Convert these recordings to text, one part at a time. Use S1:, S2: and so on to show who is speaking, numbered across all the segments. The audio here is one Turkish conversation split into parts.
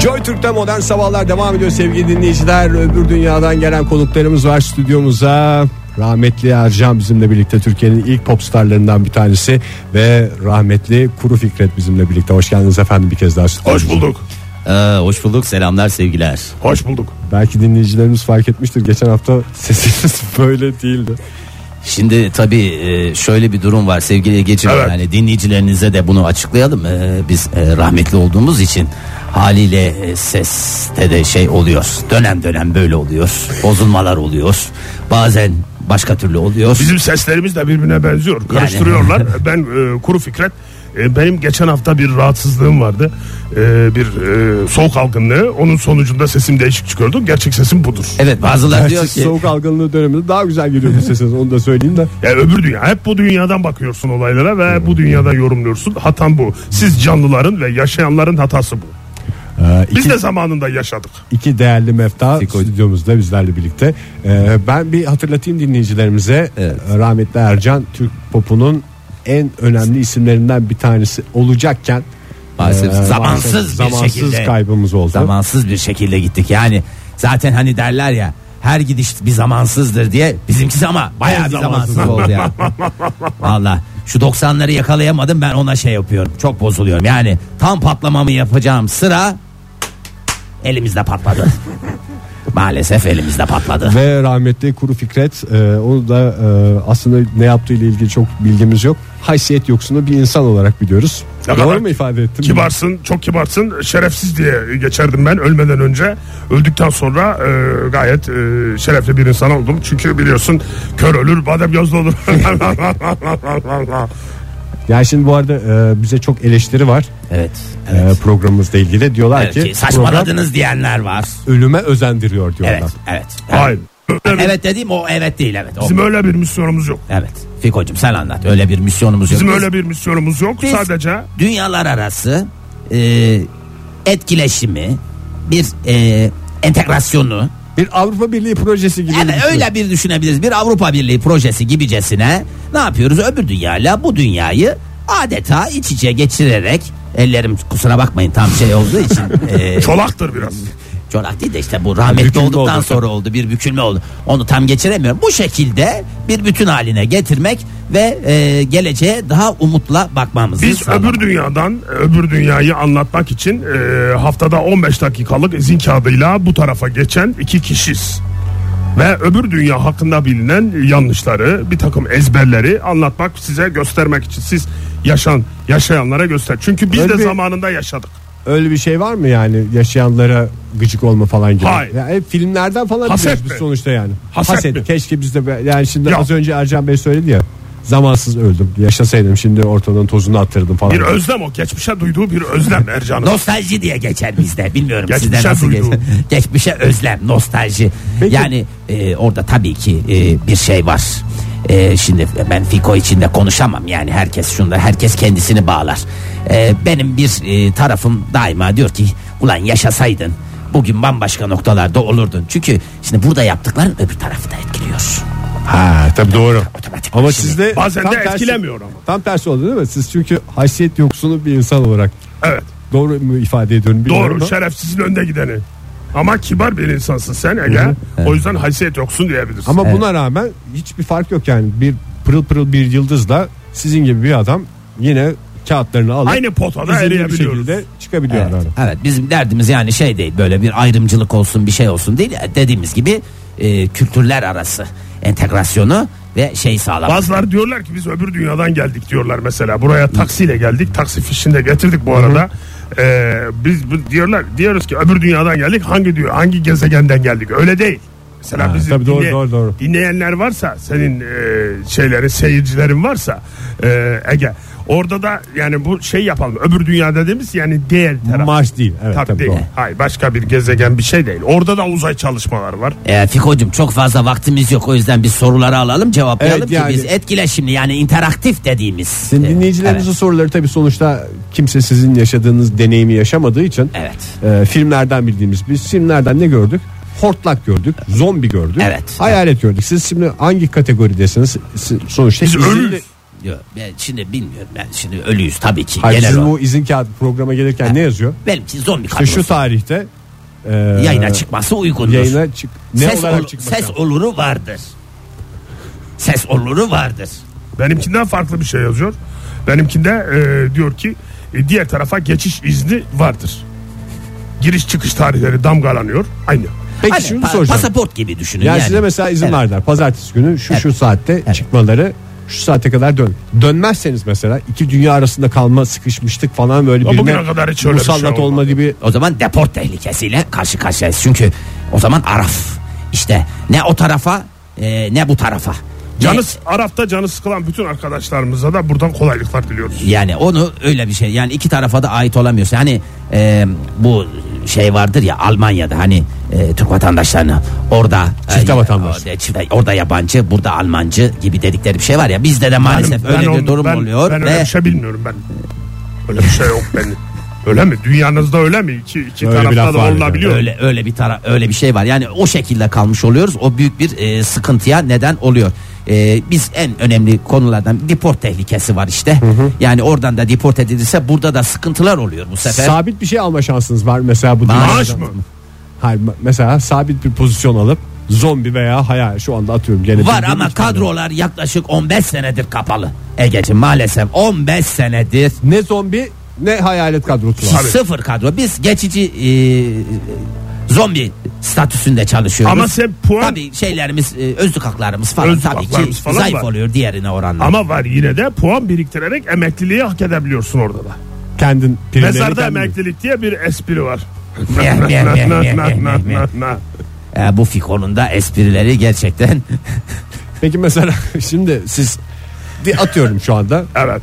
S1: Joy Türk'te modern sabahlar devam ediyor sevgili dinleyiciler. Öbür dünyadan gelen konuklarımız var stüdyomuza. Rahmetli Ercan bizimle birlikte Türkiye'nin ilk pop starlarından bir tanesi ve rahmetli Kuru Fikret bizimle birlikte. Hoş geldiniz efendim bir kez daha stüdyomuza.
S2: Hoş bulduk.
S3: Ee, hoş bulduk selamlar sevgiler.
S2: Hoş bulduk.
S1: Belki dinleyicilerimiz fark etmiştir. Geçen hafta sesimiz böyle değildi.
S3: Şimdi tabii e, şöyle bir durum var sevgili geçir
S2: Evet.
S3: yani dinleyicilerinize de bunu açıklayalım. Ee, Biz e, rahmetli olduğumuz için haliyle e, seste de şey oluyor. Dönem dönem böyle oluyor. Bozulmalar oluyor. Bazen başka türlü oluyor.
S2: Bizim seslerimiz de birbirine benziyor. Karıştırıyorlar. ben e, Kuru Fikret. e, benim geçen hafta bir rahatsızlığım vardı. E, bir e, soğuk algınlığı. Onun sonucunda sesim değişik çıkıyordu. Gerçek sesim budur.
S3: Evet bazıları diyor
S1: Siz
S3: ki
S1: soğuk algınlığı döneminde daha güzel geliyordu sesiniz onu da söyleyeyim de.
S2: Ya öbür dünya. Hep bu dünyadan bakıyorsun olaylara ve bu dünyada yorumluyorsun. Hatan bu. Siz canlıların ve yaşayanların hatası bu.
S1: Ee,
S2: Biz
S1: iki-
S2: de zamanında yaşadık.
S1: İki değerli mefta
S3: Fiko.
S1: stüdyomuzda bizlerle birlikte. Ee, ben bir hatırlatayım dinleyicilerimize. Ee,
S3: Evet.
S1: Rahmetli Ercan Türk popunun en önemli isimlerinden bir tanesi olacakken
S3: Ee, Maalesef
S1: e,
S3: zamansız bir
S1: zamansız
S3: şekilde.
S1: kaybımız oldu.
S3: zamansız bir şekilde gittik. Yani zaten hani derler ya her gidiş bir zamansızdır diye bizimkisi ama bayağı
S1: En
S3: bir
S1: zamansız.
S3: zamansız oldu ya. Valla şu 90'ları yakalayamadım ben ona şey yapıyorum. Çok bozuluyorum. Yani tam patlamamı yapacağım sıra elimizde patladı. Maalesef elimizde patladı.
S1: Ve rahmetli Kuru Fikret e, onu da e, aslında ne yaptığı ile ilgili çok bilgimiz yok. Haysiyet yoksunu bir insan olarak biliyoruz.
S2: Ne kadar
S1: Doğru mu ifade ettim?
S2: Kibarsın, çok kibarsın, şerefsiz diye geçerdim ben ölmeden önce. Öldükten sonra e, gayet e, şerefli bir insan oldum. Çünkü biliyorsun kör ölür, badem gözlü olur.
S1: Yani şimdi bu arada e, bize çok eleştiri var
S3: Evet.
S2: Ee,
S1: e, programımızla ilgili. Diyorlar
S3: Evet
S1: ki
S3: ki saçmaladınız diyenler var.
S1: program ölüme özendiriyor diyorlar.
S3: Evet, evet.
S2: Hayır. Öyle bir-
S3: Evet dediğim o evet değil evet. O-
S2: Bizim öyle bir misyonumuz yok.
S3: Evet. Fiko'cum sen anlat. Öyle bir misyonumuz yok.
S2: Bizim
S3: Biz-
S2: öyle bir misyonumuz yok.
S3: Biz-
S2: Sadece
S3: dünyalar arası e, etkileşimi bir e, entegrasyonu
S1: Bir Avrupa Birliği projesi gibi.
S3: yani
S1: bir şey.
S3: öyle bir düşünebiliriz bir Avrupa Birliği projesi gibicesine ne yapıyoruz öbür dünyayla bu dünyayı adeta iç içe geçirerek ellerim kusura bakmayın tam şey olduğu için e,
S2: çolaktır biraz.
S3: çorak değil de işte bu rahmetli
S1: Bükülme
S3: olduktan
S1: oldu.
S3: sonra oldu bir bükülme oldu onu tam geçiremiyorum bu şekilde bir bütün haline getirmek ve e, geleceğe daha umutla bakmamızı
S2: Biz
S3: sağlamak.
S2: öbür dünyadan öbür dünyayı anlatmak için e, haftada 15 dakikalık izin kağıdıyla bu tarafa geçen iki kişiyiz. Ve öbür dünya hakkında bilinen yanlışları, bir takım ezberleri anlatmak, size göstermek için. Siz yaşan, yaşayanlara göster. Çünkü biz
S1: Öyle
S2: de
S1: bir-
S2: zamanında yaşadık.
S1: Öyle bir şey var mı yani yaşayanlara gıcık olma falan gibi?
S2: Hayır.
S1: Ya hep filmlerden falan
S2: Haset
S1: biliyoruz biz
S2: mi?
S1: sonuçta yani.
S2: Haset mi?
S1: Keşke biz de be- yani şimdi
S2: Ya.
S1: az önce Ercan Bey söyledi ya. Zamansız öldüm. Yaşasaydım şimdi ortadan tozunu attırdım falan.
S2: Bir özlem o. Geçmişe duyduğu bir özlem Ercan'ın.
S3: Nostalji diye geçer bizde. Bilmiyorum
S2: Geçmişe
S3: sizde nasıl
S2: duyduğum.
S3: geçer. Geçmişe özlem, nostalji.
S1: Peki.
S3: Yani e, orada tabii ki e, bir şey var. E, şimdi ben Fiko içinde konuşamam yani herkes şunda herkes kendisini bağlar. E, benim bir e, tarafım daima diyor ki ulan yaşasaydın bugün bambaşka noktalarda olurdun. Çünkü şimdi burada yaptıkların öbür tarafta etkiliyor.
S1: ha tabii doğru.
S3: Otomatik
S1: Ama
S3: şimdi.
S1: sizde
S2: Bazen
S1: tam
S2: de
S1: tersi-
S2: etkilemiyor ama.
S1: Tam tersi oldu değil mi? Siz çünkü haysiyet yoksunu bir insan olarak
S2: Evet.
S1: doğru mu ifade ediyorum bilmiyorum.
S2: Doğru. şey-
S1: ama-
S2: Şerefsizin önde gideni. Ama kibar bir insansın sen Ege. O yüzden haysiyet yoksun diyebilirsin.
S1: Ama buna rağmen hiçbir fark yok yani. Bir pırıl pırıl bir yıldızla sizin gibi bir adam yine kağıtlarını alıp
S2: Aynı potada
S1: izin bir
S2: eriyebiliyoruz.
S1: şekilde çıkabiliyor
S3: Evet,
S1: adam.
S3: evet bizim derdimiz yani şey değil böyle bir ayrımcılık olsun bir şey olsun değil dediğimiz gibi e, kültürler arası entegrasyonu ve şey sağlamak.
S2: Bazıları diyorlar ki biz öbür dünyadan geldik diyorlar mesela. Buraya taksiyle geldik. Taksi fişini de getirdik bu arada. Ee, biz bu- diyorlar diyoruz ki öbür dünyadan geldik. Hangi diyor hangi gezegenden geldik? Öyle değil. Mesela
S1: Ha,
S2: bizi
S1: tabii doğru,
S2: dinle-
S1: doğru, doğru.
S2: dinleyenler varsa senin e, şeylerin seyircilerin varsa e, Ege orada da yani bu şey yapalım. Öbür dünya dediğimiz yani diğer taraf.
S1: Mars değil. Evet,
S2: Tabii
S1: tabii
S2: değil.
S1: doğru.
S2: Hayır başka bir gezegen bir şey değil. Orada da uzay çalışmalar var.
S3: E, Fiko'cum çok fazla vaktimiz yok o yüzden biz soruları alalım cevaplayalım
S1: Evet,
S3: ki
S1: yani-
S3: biz etkileşimli yani interaktif dediğimiz.
S1: Şimdi
S3: e,
S1: dinleyicilerimizin soruları tabii sonuçta kimse sizin yaşadığınız deneyimi yaşamadığı için
S3: Evet. evet.
S1: e, filmlerden bildiğimiz biz filmlerden ne gördük? Hortlak gördük, zombi gördük,
S3: Evet.
S1: hayalet gördük. Siz şimdi hangi kategoridesiniz? Siz Sonuçta
S2: Biz
S1: izinli-
S2: ölüyüz.
S3: Yok, ben şimdi bilmiyorum ben şimdi ölüyüz tabii ki
S1: Hayır,
S3: genel
S1: sizin
S3: olarak.
S1: bu izin kağıdı programa gelirken ne yazıyor?
S3: Benimki zombi
S1: İşte
S3: kadrosu.
S1: şu tarihte e,
S3: yayına çıkması uygundur.
S1: yayına çık. Ne
S3: ses,
S1: olarak
S3: ol-
S1: çıkmak
S3: ses
S1: lazım?
S3: oluru vardır. Ses oluru vardır.
S2: Benimkinden farklı bir şey yazıyor. Benimkinde e, diyor ki e, diğer tarafa geçiş izni vardır. Giriş çıkış tarihleri damgalanıyor. Aynı.
S1: Peki
S3: Hani
S1: şunu
S3: pa-
S1: soracağım.
S3: Pasaport gibi düşünün.
S1: yani,
S3: Yani,
S1: size mesela izin
S3: Evet.
S1: verdiler. Pazartesi günü şu şu
S3: Evet.
S1: saatte çıkmaları şu saate kadar dön. Dönmezseniz mesela iki dünya arasında kalma sıkışmıştık falan böyle
S2: Ya
S1: birine
S2: bugüne kadar hiç öyle bir şey
S1: musallat olma
S2: olmadı.
S1: gibi
S3: O zaman deport tehlikesiyle karşı karşıyayız. Çünkü o zaman Araf. İşte ne o tarafa e, ne bu tarafa. Ne-
S2: Canı Araf'ta canı sıkılan bütün arkadaşlarımıza da buradan kolaylıklar diliyoruz.
S3: E, Yani onu öyle bir şey yani iki tarafa da ait olamıyorsun. Hani e, bu şey vardır ya Almanya'da hani e, Türk vatandaşlarına orada
S1: Çifte
S3: e,
S1: vatandaş.
S3: Orada, çifte- orada yabancı burada Almancı gibi dedikleri bir şey var ya bizde de
S2: Benim-
S3: maalesef öyle
S2: onu-
S3: bir durum
S2: ben-
S3: oluyor
S2: Ben öyle
S3: ve
S2: bir şey bilmiyorum ben. Öyle bir şey yok benim. Öyle mi? Dünyanızda öyle mi? İki, iki
S1: Öyle bir laf
S2: tarafta da
S1: var bir de.
S2: olabiliyor.
S3: öyle öyle bir tara öyle bir şey var. Yani o şekilde kalmış oluyoruz. O büyük bir e, sıkıntıya neden oluyor. E, biz en önemli konulardan deport tehlikesi var işte. Yani oradan da deport edilirse burada da sıkıntılar oluyor bu sefer.
S1: sabit bir şey alma şansınız var mesela bu dünya-
S2: Maaş mı?
S1: Hayır, ma- mesela sabit bir pozisyon alıp zombi veya hayal şu anda atıyorum gene
S3: Var
S1: bildiğim
S3: ama
S1: iki tane.
S3: kadrolar yaklaşık 15 senedir kapalı. Egeciğim maalesef 15 senedir
S1: ne zombi ne hayalet kadrosu var.
S3: sıfır kadro. Biz geçici e, zombi statüsünde çalışıyoruz.
S2: Ama sen puan-
S3: Tabii şeylerimiz e, özlük haklarımız falan
S2: Özlük
S3: tabii ki
S2: haklarımız falan
S3: zayıf
S2: var.
S3: oluyor diğerine oranla.
S2: Ama var yine de puan biriktirerek emekliliği hak edebiliyorsun orada da.
S1: Kendin primleri
S2: Mezarda
S1: kendin-
S2: emeklilik diye bir espri var.
S3: Meh, meh, meh, meh, meh, meh, meh. E, bu Fikon'un da esprileri gerçekten
S1: Peki mesela şimdi siz bir atıyorum şu anda
S2: Evet.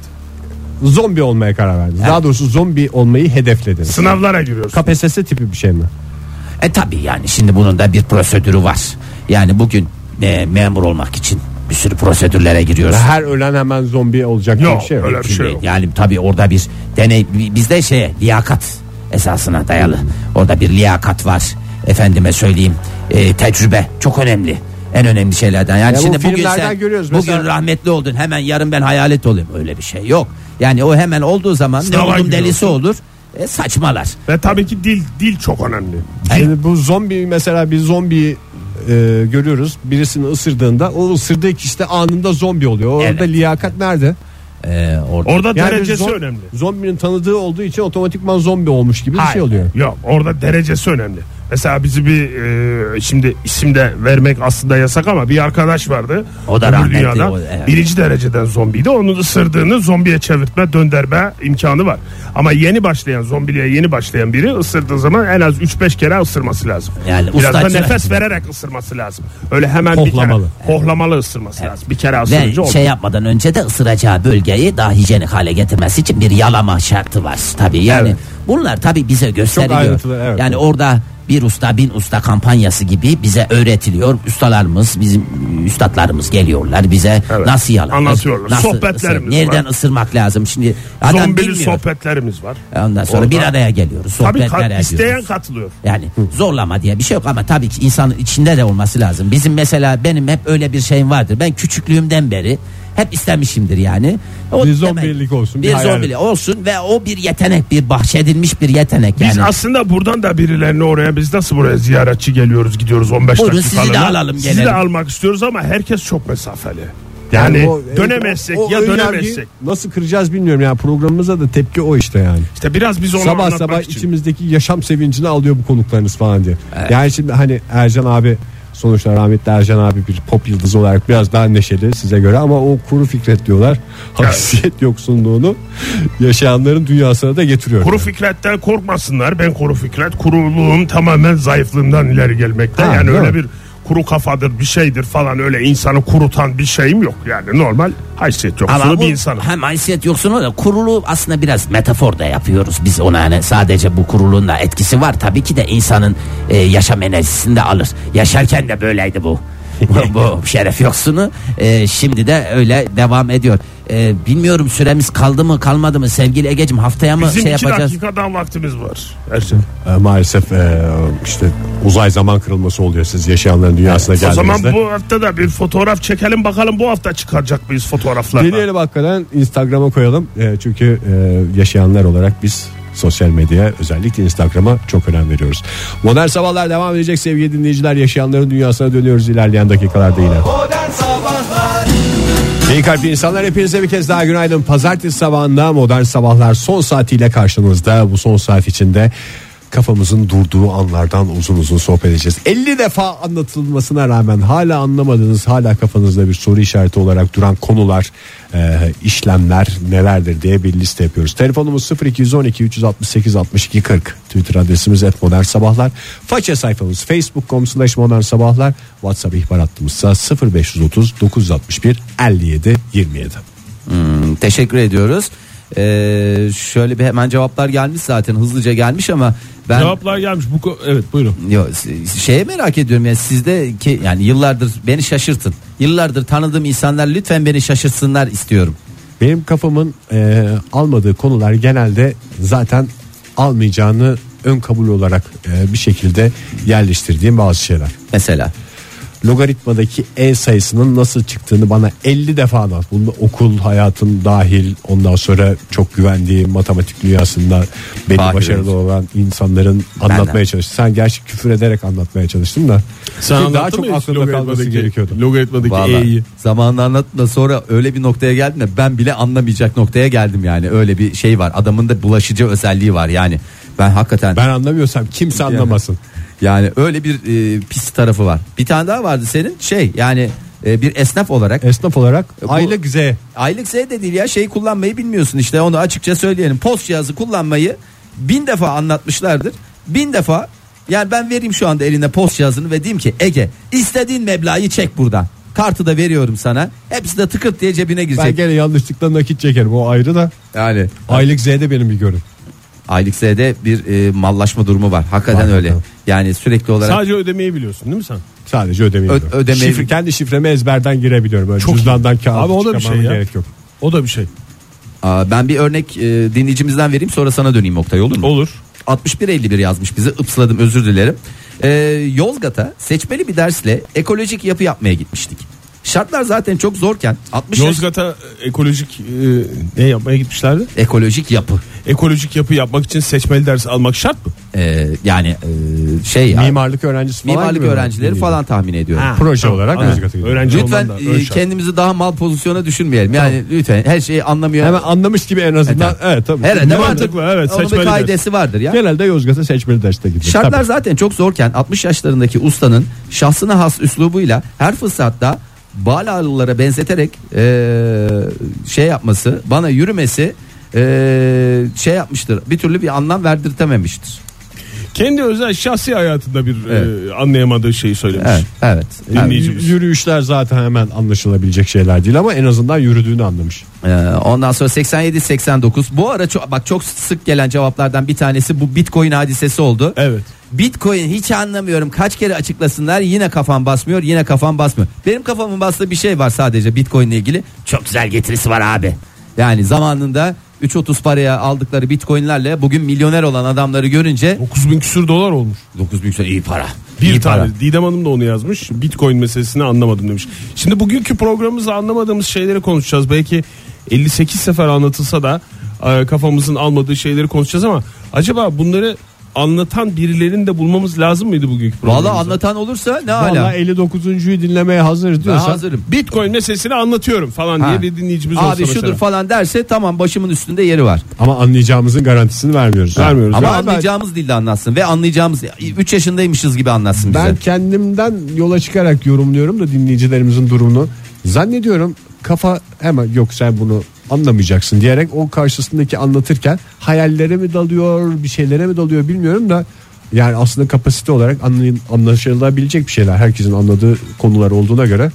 S1: zombi olmaya karar verdiniz. Daha doğrusu zombi olmayı hedeflediniz.
S2: Sınavlara giriyorsun.
S1: KPSS tipi bir şey mi?
S3: E tabi yani şimdi bunun da bir prosedürü var. Yani bugün e, memur olmak için bir sürü prosedürlere giriyoruz.
S1: Her ölen hemen zombi olacak diye
S2: Yok,
S1: bir şey yok.
S2: öyle bir şey
S3: Şimdi
S2: yok.
S3: Yani tabii orada bir deney bi- bizde şey liyakat esasına dayalı. Orada bir liyakat var. Efendime söyleyeyim e, tecrübe çok önemli. En önemli şeylerden. Yani
S1: Ya bu
S3: şimdi bugün
S1: filmlerden
S3: sen
S1: görüyoruz.
S3: bugün
S1: Mesela-
S3: rahmetli oldun hemen yarın ben hayalet olayım öyle bir şey yok. Yani o hemen olduğu zaman
S2: Sınava
S3: ne oldum
S2: giriyorsun.
S3: delisi olur. E, saçmalar.
S2: Ve tabii ki dil dil çok önemli.
S1: Şimdi bu zombi mesela bir zombi e, görüyoruz. Birisini ısırdığında o ısırdığı kişi de anında zombi oluyor. Orada
S3: Evet.
S1: liyakat nerede?
S3: E, orada
S2: Orada
S1: bir
S2: derecesi
S1: zom-
S2: önemli.
S1: Zombinin tanıdığı olduğu için otomatikman zombi olmuş gibi bir şey
S2: Hayır.
S1: oluyor.
S2: Yok orada derecesi önemli. Mesela bizi bir e, şimdi isim de vermek aslında yasak ama bir arkadaş vardı.
S3: O da
S2: Öbür
S3: rahmetli,
S2: dünyada
S3: o- evet.
S2: Birinci dereceden zombiydi. Onun ısırdığını zombiye çevirtme dönderme imkanı var. Ama yeni başlayan zombiliğe yeni başlayan biri ısırdığı zaman en az 3-5 kere ısırması lazım.
S3: Yani
S2: Biraz da
S3: ustacı-
S2: nefes vererek ısırması lazım. Öyle hemen
S1: Hohlamalı.
S2: bir kere hohlamalı ısırması lazım. Bir kere
S3: Ve
S2: ısırınca olmuyor.
S3: şey yapmadan önce de ısıracağı bölgeyi daha hijyenik hale getirmesi için bir yalama şartı var tabii. Yani
S2: Evet.
S3: bunlar tabii bize gösteriliyor.
S1: ayrıntılı, evet.
S3: Yani orada bir usta bin usta kampanyası gibi bize öğretiliyor. Ustalarımız bizim üstadlarımız geliyorlar bize
S2: Evet.
S3: nasıl yalan.
S2: Anlatıyorlar. Sohbetlerimiz
S3: ısır- nereden
S2: var.
S3: ısırmak lazım şimdi adam
S2: Zombili
S3: bilmiyor.
S2: sohbetlerimiz var.
S3: Ondan sonra
S2: Orada-
S3: bir araya geliyoruz.
S2: Tabii
S3: Sohbetler
S2: ka-
S3: ediyoruz.
S2: isteyen katılıyor.
S3: Yani zorlama diye bir şey yok ama tabii ki insanın içinde de olması lazım. Bizim mesela benim hep öyle bir şeyim vardır. Ben küçüklüğümden beri hep istemişimdir yani. O
S1: Bir
S3: demek-
S1: zombilik olsun, bir
S3: Bir,
S1: hayalet.
S3: zombilik olsun ve o bir yetenek, bir bahşedilmiş bir yetenek yani.
S2: Biz aslında buradan da birilerini oraya biz nasıl buraya ziyaretçi geliyoruz gidiyoruz 15
S3: Buyurun,
S2: dakika
S3: sizi de
S2: arada.
S3: alalım,
S2: Sizi de
S3: gelelim.
S2: almak istiyoruz ama herkes çok mesafeli.
S1: Yani
S2: Yani,
S1: o-
S2: dönemezsek
S1: o- o
S2: ya
S1: ön
S2: dönemezsek.
S1: yargıyı Nasıl kıracağız bilmiyorum yani programımıza da tepki o işte yani.
S2: İşte biraz biz onu
S1: sabah
S2: anlatmak
S1: sabah
S2: için.
S1: içimizdeki yaşam sevincini alıyor bu konuklarınız falan diye. Yani şimdi hani Ercan abi sonuçta rahmetli Ercan abi bir pop yıldızı olarak biraz daha neşeli size göre ama o kuru Fikret diyorlar. Haysiyet yoksunluğunu yaşayanların dünyasına da getiriyor.
S2: Kuru
S1: Yani.
S2: Fikret'ten korkmasınlar. Ben Kuru Fikret. Kuruluğum tamamen zayıflığımdan ileri gelmekte.
S1: Ha,
S2: yani
S1: doğru.
S2: öyle bir kuru kafadır bir şeydir falan öyle insanı kurutan bir şeyim yok. Yani normal haysiyet
S3: Ama
S2: yoksunu
S3: bu
S2: bir insanım.
S3: hem haysiyet yoksunu da kurulu aslında biraz metafor da yapıyoruz biz ona hani sadece bu kuruluğun da etkisi var tabii ki de insanın e, yaşam enerjisini de alır. Yaşarken de böyleydi bu.
S4: bu, bu şeref yoksunu e, şimdi de öyle devam ediyor. E, bilmiyorum süremiz kaldı mı kalmadı mı sevgili Egecim haftaya mı
S2: Bizim
S4: şey
S2: iki
S4: yapacağız?
S2: dakikadan vaktimiz var. Ercan.
S1: E, maalesef e, işte uzay zaman kırılması oluyor siz yaşayanların dünyasına
S2: O
S1: geldiğinizde.
S2: zaman bu hafta da bir fotoğraf çekelim bakalım bu hafta çıkaracak mıyız fotoğraflarla?
S1: Deneyelim hakikaten Instagram'a koyalım. E, çünkü e, yaşayanlar olarak biz sosyal medyaya özellikle Instagram'a çok önem veriyoruz. Modern Sabahlar devam edecek sevgili dinleyiciler. Yaşayanların dünyasına dönüyoruz ilerleyen dakikalarda yine.
S5: Modern Sabahlar
S1: İyi kalpli insanlar hepinize bir kez daha günaydın. Pazartesi sabahında modern sabahlar son saatiyle karşınızda. Bu son saat içinde kafamızın durduğu anlardan uzun uzun sohbet edeceğiz. 50 defa anlatılmasına rağmen hala anlamadığınız, hala kafanızda bir soru işareti olarak duran konular, e, işlemler nelerdir diye bir liste yapıyoruz. Telefonumuz 0212 368 62 40. Twitter adresimiz et modern sabahlar. Faça sayfamız facebook.com slash modern sabahlar. WhatsApp ihbar hattımızsa 0530 961 57 27.
S3: Hmm, Teşekkür ediyoruz. Ee, şöyle bir hemen cevaplar gelmiş zaten hızlıca gelmiş ama ben
S6: Cevaplar gelmiş. Bu ko- evet buyurun.
S3: Yo, s- şeye merak ediyorum yani sizde ki yani yıllardır beni şaşırtın. Yıllardır tanıdığım insanlar lütfen beni şaşırtsınlar istiyorum.
S1: Benim kafamın e, almadığı konular genelde zaten almayacağını ön kabul olarak e, bir şekilde yerleştirdiğim bazı şeyler.
S3: Mesela
S1: Logaritmadaki e sayısının nasıl çıktığını bana 50 defa anlat. Bunda okul hayatın dahil ondan sonra çok güvendiği matematik dünyasında belli
S3: Fahir
S1: başarılı
S3: Öğrenci.
S1: olan insanların anlatmaya çalıştı. Sen gerçi küfür ederek anlatmaya çalıştın da.
S6: Sen
S1: Ki
S6: anlattın
S1: şey daha çok
S6: mı hiç
S1: aklımda kalması
S6: logaritmadaki-
S1: gerekiyordu.
S6: Logaritmadaki
S3: Vallahi
S6: E'yi.
S3: zamanında anlattın da sonra öyle bir noktaya geldim de ben bile anlamayacak noktaya geldim yani öyle bir şey var adamın da bulaşıcı özelliği var yani ben hakikaten
S1: Ben anlamıyorsam kimse anlamasın.
S3: Yani öyle bir e, pis tarafı var. Bir tane daha vardı senin şey yani e, bir esnaf olarak.
S1: Esnaf olarak
S3: E, Bu-
S1: aylık Z
S3: Aylık Z de değil ya şeyi kullanmayı bilmiyorsun işte onu açıkça söyleyelim. Post cihazı kullanmayı bin defa anlatmışlardır. Bin defa yani ben vereyim şu anda eline post cihazını ve diyeyim ki Ege istediğin meblağı çek buradan. Kartı da veriyorum sana. Hepsi de tıkırt diye cebine
S1: Ben
S3: girecek.
S1: gene yanlışlıkla nakit çekerim o ayrı da.
S3: Yani
S1: Aylık Z'de benim bir görün.
S3: aylık Z'de bir e, mallaşma durumu var. Hakikaten
S1: Var,
S3: öyle.
S1: tabii.
S3: Yani sürekli olarak
S6: Sadece ödemeyi biliyorsun değil mi sen?
S1: Sadece ödemeyi.
S3: Ö-
S1: biliyorum.
S3: ödemeyi-
S1: Şifre- kendi şifremi ezberden girebiliyorum. Böyle
S6: Çok
S1: cüzdandan kağıt
S6: Abi o da bir şey ya.
S1: gerek yok.
S6: O da bir şey.
S3: Aa, ben bir örnek e, dinleyicimizden vereyim sonra sana döneyim Oktay olur mu?
S6: Olur.
S3: 6151 yazmış bize ıpsladım özür dilerim. Ee, Yozgat'a seçmeli bir dersle ekolojik yapı yapmaya gitmiştik. Şartlar zaten çok zorken 60
S2: şey-
S3: yaş-
S6: Yozgat'a ekolojik e, ne yapmaya gitmişlerdi?
S3: ekolojik yapı
S6: Ekolojik yapı yapmak için seçmeli ders almak şart mı?
S3: Ee, yani e, şey ya,
S1: Mimarlık öğrencisi falan
S3: mimarlık
S1: gibi mi?
S3: öğrencileri
S1: Bilmiyorum.
S3: falan tahmin ediyorum.
S1: Proje olarak
S6: Anladım.
S1: müzik atıyor.
S6: Öğrenci
S3: Lütfen
S6: olman da
S3: e,
S6: ön şart.
S3: kendimizi daha mal pozisyona düşürmeyelim. Yani lütfen her şeyi anlamıyor.
S1: Hemen anlamış gibi en azından.
S3: E,
S1: Evet tabii.
S3: Herhalde
S6: Ne
S3: vardır.
S6: mantıklı, evet,
S3: Onun bir
S6: seçmeli ders.
S3: kaidesi vardır ya.
S1: Genelde Yozgat'a seçmeli derste gidiyor.
S3: Şartlar
S1: E, Tabii.
S3: zaten çok zorken 60 yaşlarındaki ustanın şahsına has üslubuyla her fırsatta Balalılara benzeterek eee, şey yapması, bana yürümesi eee, şey yapmıştır. Bir türlü bir anlam verdirtememiştir.
S6: Kendi özel şahsi hayatında bir
S3: Evet.
S6: e, anlayamadığı şeyi söylemiş.
S3: Evet, evet.
S1: Yani
S6: Dinleyici-
S1: yürü- yürüyüşler zaten hemen anlaşılabilecek şeyler değil ama en azından yürüdüğünü anlamış.
S3: Eee, Ee, ondan sonra 87 89. Bu ara çok, bak çok sık gelen cevaplardan bir tanesi bu Bitcoin hadisesi oldu.
S6: Evet.
S3: Bitcoin hiç anlamıyorum. Kaç kere açıklasınlar yine kafam basmıyor, yine kafam basmıyor. Benim kafamın bastığı bir şey var sadece Bitcoin ile ilgili.
S4: Çok güzel getirisi var abi.
S3: Yani zamanında 3.30 paraya aldıkları bitcoinlerle bugün milyoner olan adamları görünce
S6: 9000 küsür dolar olmuş.
S4: 9 büyükse iyi para.
S6: Bir
S4: iyi
S6: tane
S4: para.
S6: Didem Hanım da onu yazmış. Bitcoin meselesini anlamadım demiş. Şimdi bugünkü programımızda anlamadığımız şeyleri konuşacağız. Belki 58 sefer anlatılsa da e, kafamızın almadığı şeyleri konuşacağız ama acaba bunları anlatan birilerini de bulmamız lazım mıydı bugünkü programımızda?
S3: valla anlatan olursa ne
S1: Valla
S3: hala.
S1: 59.yu dinlemeye hazır
S3: Ben
S1: diyorsan.
S3: hazırım.
S6: Bitcoin meselesini anlatıyorum falan
S3: Ha.
S6: diye bir dinleyicimiz olsa
S3: Abi şudur
S6: mesela.
S3: falan derse tamam başımın üstünde yeri var.
S1: Ama anlayacağımızın garantisini vermiyoruz.
S6: Vermiyoruz.
S3: Ama
S1: Ya ben-
S3: anlayacağımız dilde anlatsın ve anlayacağımız 3 yaşındaymışız gibi anlatsın bize.
S1: Ben kendimden yola çıkarak yorumluyorum da dinleyicilerimizin durumunu. Zannediyorum kafa hemen yok sen bunu anlamayacaksın diyerek o karşısındaki anlatırken hayallere mi dalıyor bir şeylere mi dalıyor bilmiyorum da yani aslında kapasite olarak anlay- anlaşılabilecek bir şeyler herkesin anladığı konular olduğuna göre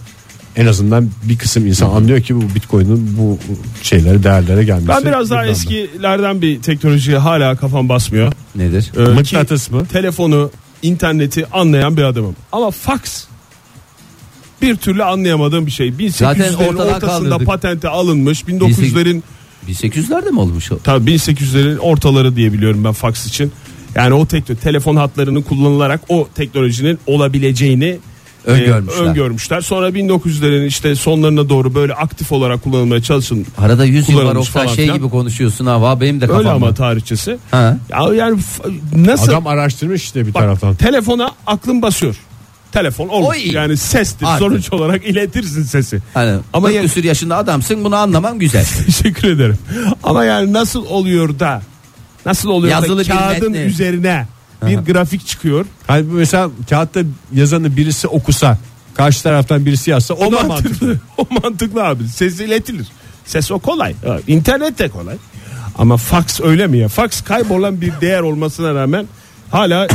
S1: en azından bir kısım insan anlıyor ki bu bitcoin'in bu şeylere değerlere gelmesi.
S3: şey
S6: Ben biraz daha
S1: buradan da.
S6: eskilerden bir teknolojiye hala kafam basmıyor.
S3: Nedir?
S6: Ee,
S1: Mıknatıs
S6: ki
S1: mı?
S6: Telefonu, interneti anlayan bir adamım. Ama fax bir türlü anlayamadığım bir şey. 1800'lerin
S3: ortadan
S6: ortasında
S3: kaldırdık.
S6: patente alınmış. 1900'lerin
S3: 1800'lerde mi olmuş o?
S6: tabii 1800'lerin ortaları diye biliyorum ben fax için. Yani o tek telefon hatlarını kullanılarak o teknolojinin olabileceğini e,
S3: Öngörmüşler.
S6: öngörmüşler. Sonra 1900'lerin işte sonlarına doğru böyle aktif olarak kullanılmaya çalışın.
S3: Arada 100 yıl var
S6: Kullanılmış
S3: Oktay
S6: falan
S3: şey
S6: filan.
S3: gibi konuşuyorsun ha. Vah benim de kafam.
S6: Öyle ama
S3: var.
S6: tarihçesi.
S3: Ha.
S6: Ya yani f- nasıl
S1: Adam araştırmış işte bir
S6: Bak,
S1: taraftan.
S6: telefona aklın basıyor. Telefon olur.
S3: Oy.
S6: Yani sestir.
S3: Artık.
S6: Sonuç olarak iletirsin sesi.
S3: Hani
S6: Ama
S3: ama
S6: ya-
S3: küsür yaşında adamsın bunu anlaman güzel.
S6: Teşekkür ederim. Ama yani nasıl oluyor da nasıl oluyor
S3: Yazılı
S6: da
S3: bir
S6: kağıdın
S3: metni.
S6: üzerine bir grafik çıkıyor.
S1: Hani mesela kağıtta yazanı birisi okusa karşı taraftan birisi yazsa o da mantıklı.
S6: o mantıklı abi. Ses iletilir. Ses o kolay. Evet, İnternet de kolay. Ama fax öyle mi ya? Fax kaybolan bir değer olmasına rağmen hala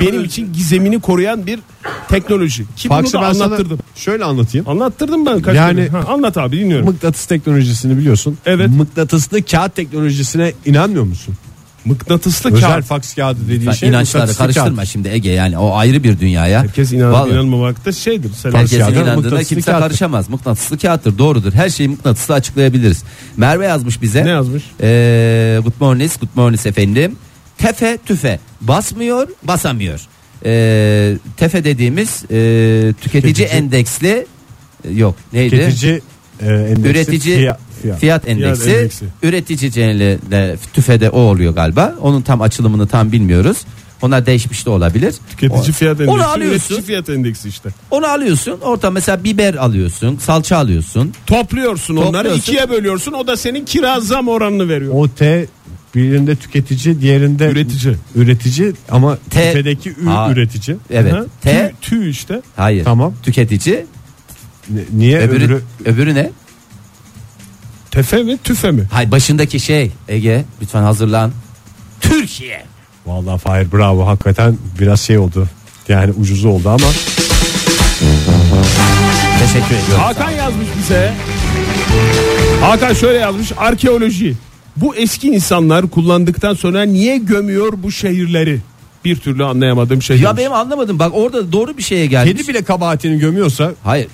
S6: benim için gizemini koruyan bir teknoloji. Ki bunu
S1: Fax'ı
S6: da
S1: ben sana
S6: anlattırdım.
S1: şöyle anlatayım.
S6: Anlattırdım ben kaç
S1: Yani-
S6: kere. Ha, anlat abi dinliyorum.
S1: Mıknatıs teknolojisini biliyorsun.
S6: Evet.
S1: Mıknatıslı kağıt teknolojisine inanmıyor musun?
S6: Mıknatıslı
S1: Özel
S6: kağıt.
S1: fax kağıdı dediğin
S3: Ya
S1: şey.
S3: inançları
S1: mıknatıslı
S3: karıştırma
S1: kağıt.
S3: şimdi Ege yani o ayrı bir dünya ya.
S6: Herkes inanıp
S3: Vallahi.
S6: inanmamakta şeydir. Selam
S3: Herkesin
S1: kağıdı,
S3: inandığına
S1: mıknatıslı
S3: kimse
S1: kağıttır.
S3: karışamaz. Mıknatıslı kağıttır doğrudur. Her şeyi mıknatısla açıklayabiliriz. Merve yazmış bize.
S6: Ne yazmış?
S3: Ee, good morning, good morning efendim. Tefe tüfe basmıyor basamıyor. Ee, tefe dediğimiz e, tüketici, endeksli e, yok neydi?
S1: Tüketici e, endeksi,
S3: üretici
S1: fiyat-
S3: fiyat,
S1: fiyat.
S3: endeksi,
S6: Fiyat endeksi.
S3: üretici ceneli de tüfede o oluyor galiba. Onun tam açılımını tam bilmiyoruz. Onlar değişmiş de olabilir.
S6: Tüketici
S3: O-
S6: fiyat
S3: Onu
S6: endeksi,
S3: alıyorsun.
S6: üretici fiyat endeksi işte.
S3: Onu alıyorsun. Orta mesela biber alıyorsun, salça alıyorsun.
S6: Topluyorsun, onları
S3: Topluyorsun.
S6: ikiye bölüyorsun. O da senin kira zam oranını veriyor.
S1: O T birinde tüketici diğerinde
S6: Üretici.
S1: üretici ama
S3: T-
S1: T'deki Ü
S3: Ha.
S1: üretici.
S3: Evet.
S6: Ha?
S3: T
S6: Tüy, tüy işte.
S3: hayır.
S1: Tamam.
S3: Tüketici.
S1: Ne- Niye
S3: Öbürü,
S1: öbürü
S3: öbürü ne?
S6: Tefe mi, tüfe mi?
S3: Hayır başındaki şey Ege lütfen hazırlan. Türkiye.
S1: Vallahi Fahir bravo hakikaten biraz şey oldu. Yani ucuzu oldu ama
S3: Teşekkür ediyorum.
S6: Hakan yazmış bize. Hakan şöyle yazmış. Arkeoloji. Bu eski insanlar kullandıktan sonra niye gömüyor bu şehirleri? Bir türlü anlayamadığım şey.
S3: Ya
S6: demiş.
S3: benim anlamadım bak orada doğru bir şeye gelmiş.
S1: kedi bile kabahatini gömüyorsa
S3: Hayır.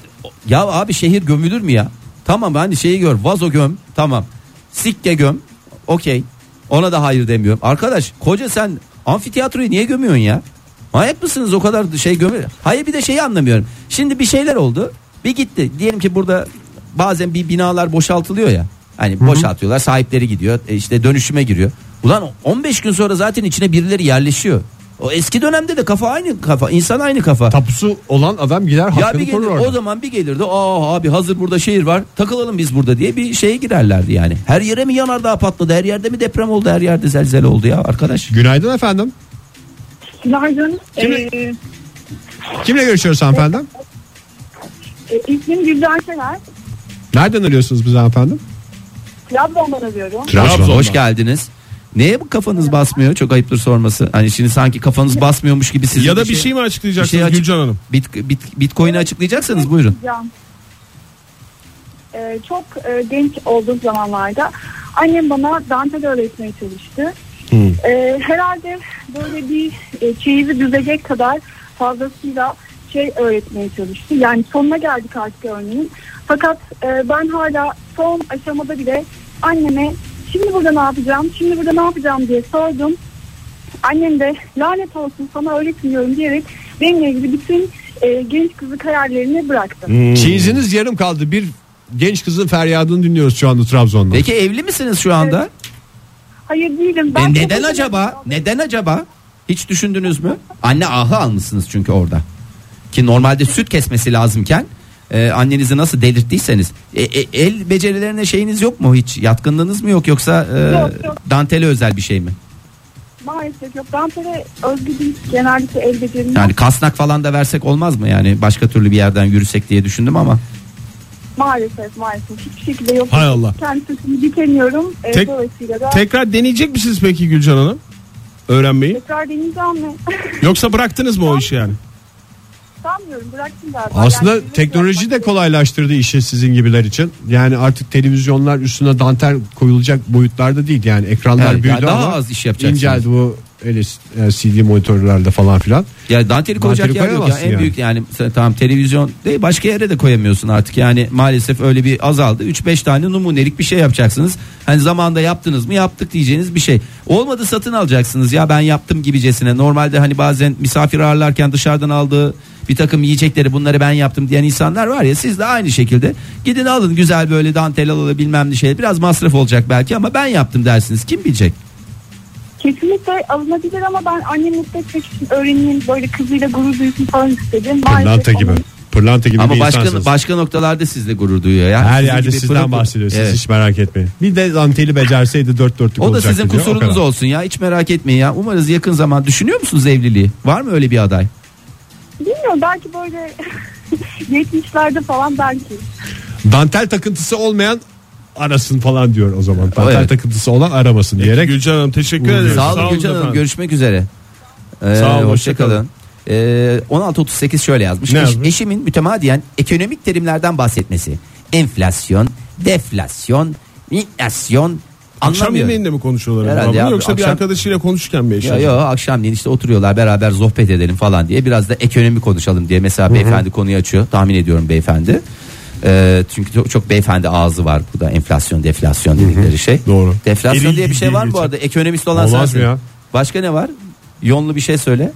S3: Ya abi şehir gömülür mü ya? Tamam hani şeyi gör. Vazo göm. Tamam. Sikke göm. Okey. Ona da hayır demiyorum. Arkadaş koca sen amfiteyatroyu niye gömüyorsun ya? Manyak mısınız o kadar şey gömülür. Hayır bir de şeyi anlamıyorum. Şimdi bir şeyler oldu. Bir gitti. Diyelim ki burada bazen bir binalar boşaltılıyor ya. Hani boşaltıyorlar sahipleri gidiyor e işte dönüşüme giriyor. Ulan 15 gün sonra zaten içine birileri yerleşiyor. O eski dönemde de kafa aynı kafa insan aynı kafa.
S1: tapusu olan adam gider
S3: Ya bir
S1: hakkını
S3: gelir,
S1: korur
S3: o
S1: orada.
S3: zaman bir gelirdi. Aa abi hazır burada şehir var. Takılalım biz burada diye bir şeye girerlerdi yani. Her yere mi yanardağ patladı? Her yerde mi deprem oldu? Her yerde zelzele oldu ya arkadaş.
S1: Günaydın efendim.
S7: Günaydın.
S1: Kimle-
S7: Ee,
S1: Kimle görüşüyoruz hanımefendi?
S7: e, ismim Gülden Şener.
S1: Nereden arıyorsunuz bizi hanımefendi?
S7: Trabzon'dan arıyorum.
S6: Trabzon'dan.
S3: Hoş geldiniz. Neye bu kafanız basmıyor? Çok ayıptır sorması. Hani şimdi sanki kafanız basmıyormuş gibi siz
S6: ya da bir şey mi açıklayacaksınız
S3: bir şey açık-
S6: Gülcan Hanım?
S3: Bit, bit, Bitcoin'i açıklayacaksanız buyurun.
S7: Can. Ee, çok e, genç olduğum zamanlarda annem bana dantel öğretmeye çalıştı. Ee, herhalde böyle bir e, çeyizi düzecek kadar fazlasıyla şey öğretmeye çalıştı. Yani sonuna geldik artık örneğin. Fakat e, ben hala son aşamada bile anneme şimdi burada ne yapacağım, şimdi burada ne yapacağım diye sordum. Annem de lanet olsun sana öğretmiyorum diyerek benimle ilgili bütün e, genç kızlık hayallerini bıraktı.
S1: Hmm.
S3: Hmm.
S1: Çeyiziniz yarım kaldı. Bir genç kızın feryadını dinliyoruz şu anda Trabzon'da.
S3: Peki evli misiniz şu anda?
S7: Hayır değilim.
S3: E neden
S7: profesyonel-
S3: acaba? Neden acaba? Hiç düşündünüz mü? Anne ahı almışsınız çünkü orada. Ki normalde süt kesmesi lazımken e, annenizi nasıl delirttiyseniz e, e, el becerilerine şeyiniz yok mu hiç? Yatkınlığınız mı yok yoksa e,
S7: Yok, yok.
S3: dantele özel bir şey mi?
S7: Maalesef yok. Dantere özgü değil. Genellikle el becerimi
S3: Yani
S7: yok.
S3: kasnak falan da versek olmaz mı? Yani başka türlü bir yerden yürüsek diye düşündüm ama
S7: Maalesef maalesef. Hiçbir şekilde yok.
S6: Hay Allah.
S7: Kendi sesimi dikemiyorum. E,
S6: Tek-
S7: dolayısıyla da
S6: Tekrar deneyecek misiniz peki Gülcan Hanım? Öğrenmeyi.
S7: tekrar denize almayı
S6: Yoksa bıraktınız mı o işi yani?
S7: sanmıyorum. Bıraktım galiba.
S1: Aslında
S7: Yani-
S1: teknoloji de kolaylaştırdı işi sizin gibiler için. Yani artık televizyonlar üstüne dantel koyulacak boyutlarda değil. Yani ekranlar
S3: Evet,
S1: büyüdü
S3: daha
S1: ama
S3: az iş yapacaksınız.
S1: inceldi bu e, LCD monitörlerde falan filan.
S3: Ya danteli koyacak
S1: Danteli
S3: yer yok ya.
S1: koyamazsın
S3: En büyük yani sen- tamam televizyon değil başka yere de koyamıyorsun artık. Yani maalesef öyle bir azaldı. 3-5 tane numunelik bir şey yapacaksınız. Hani zamanda yaptınız mı yaptık diyeceğiniz bir şey. Olmadı satın alacaksınız ya ben yaptım gibicesine. Normalde hani bazen misafir ağırlarken dışarıdan aldığı bir takım yiyecekleri bunları ben yaptım diyen insanlar var ya siz de aynı şekilde gidin alın güzel böyle dantel alalı bilmem ne şey biraz masraf olacak belki ama ben yaptım dersiniz kim bilecek
S7: Kesinlikle alınabilir ama ben annem mutlu etmek için öğreneyim böyle kızıyla gurur duysun falan istedim.
S1: Pırlanta
S7: Maalesef
S1: gibi.
S7: onun-
S1: Pırlanta gibi
S3: ama
S1: bir
S3: başka
S1: insansınız.
S3: başka noktalarda sizle gurur duyuyor ya
S1: Her
S3: Sizin
S1: yerde
S3: gibi
S1: sizden
S3: pırıl-
S1: bahsediyor. Siz
S3: Evet.
S1: hiç merak etmeyin. Bir de danteli becerseydi dört dörtlük
S3: O da
S1: olacaktı.
S3: sizin
S1: diyor. O
S3: kusurunuz
S1: kadar.
S3: olsun ya. Hiç merak etmeyin ya. Umarız yakın zaman düşünüyor musunuz evliliği? Var mı öyle bir aday?
S7: Bilmiyorum belki böyle 70'lerde falan belki.
S1: Dantel takıntısı olmayan arasın falan diyor o zaman. Dantel
S3: Evet.
S1: takıntısı olan aramasın diyerek.
S6: Gülcan Hanım teşekkür ederim.
S3: Sağ olun Gülcan
S6: efendim.
S3: Hanım. Görüşmek üzere. Ee,
S6: Sağ olun, hoşça
S3: Hoşça
S6: kalın.
S3: kalın. Ee, 16.38 şöyle yazmış.
S6: Ne
S3: Eş-
S6: yazmış?
S3: eşimin mütemadiyen ekonomik terimlerden bahsetmesi. Enflasyon, deflasyon, inflasyon
S6: Akşam
S3: anlamıyorum.
S6: yemeğinde mi konuşuyorlar?
S3: Herhalde
S6: acaba bunu
S3: abi,
S6: Yoksa bir
S3: akşam-
S6: arkadaşıyla konuşurken mi
S3: Ya
S6: yaşadı?
S3: yo akşamleyin işte oturuyorlar beraber sohbet edelim falan diye biraz da ekonomi konuşalım diye mesela beyefendi konuyu açıyor tahmin ediyorum beyefendi. Ee, çünkü çok, çok beyefendi ağzı var bu da enflasyon deflasyon dedikleri şey.
S1: Doğru.
S3: Deflasyon
S6: Eril
S3: diye bir şey
S6: diye
S3: var mı bu
S6: geçer.
S3: arada ekonomist olan
S1: Olmaz mı
S3: sensin.
S1: ya?
S3: Başka ne var? Yonlu bir şey söyle.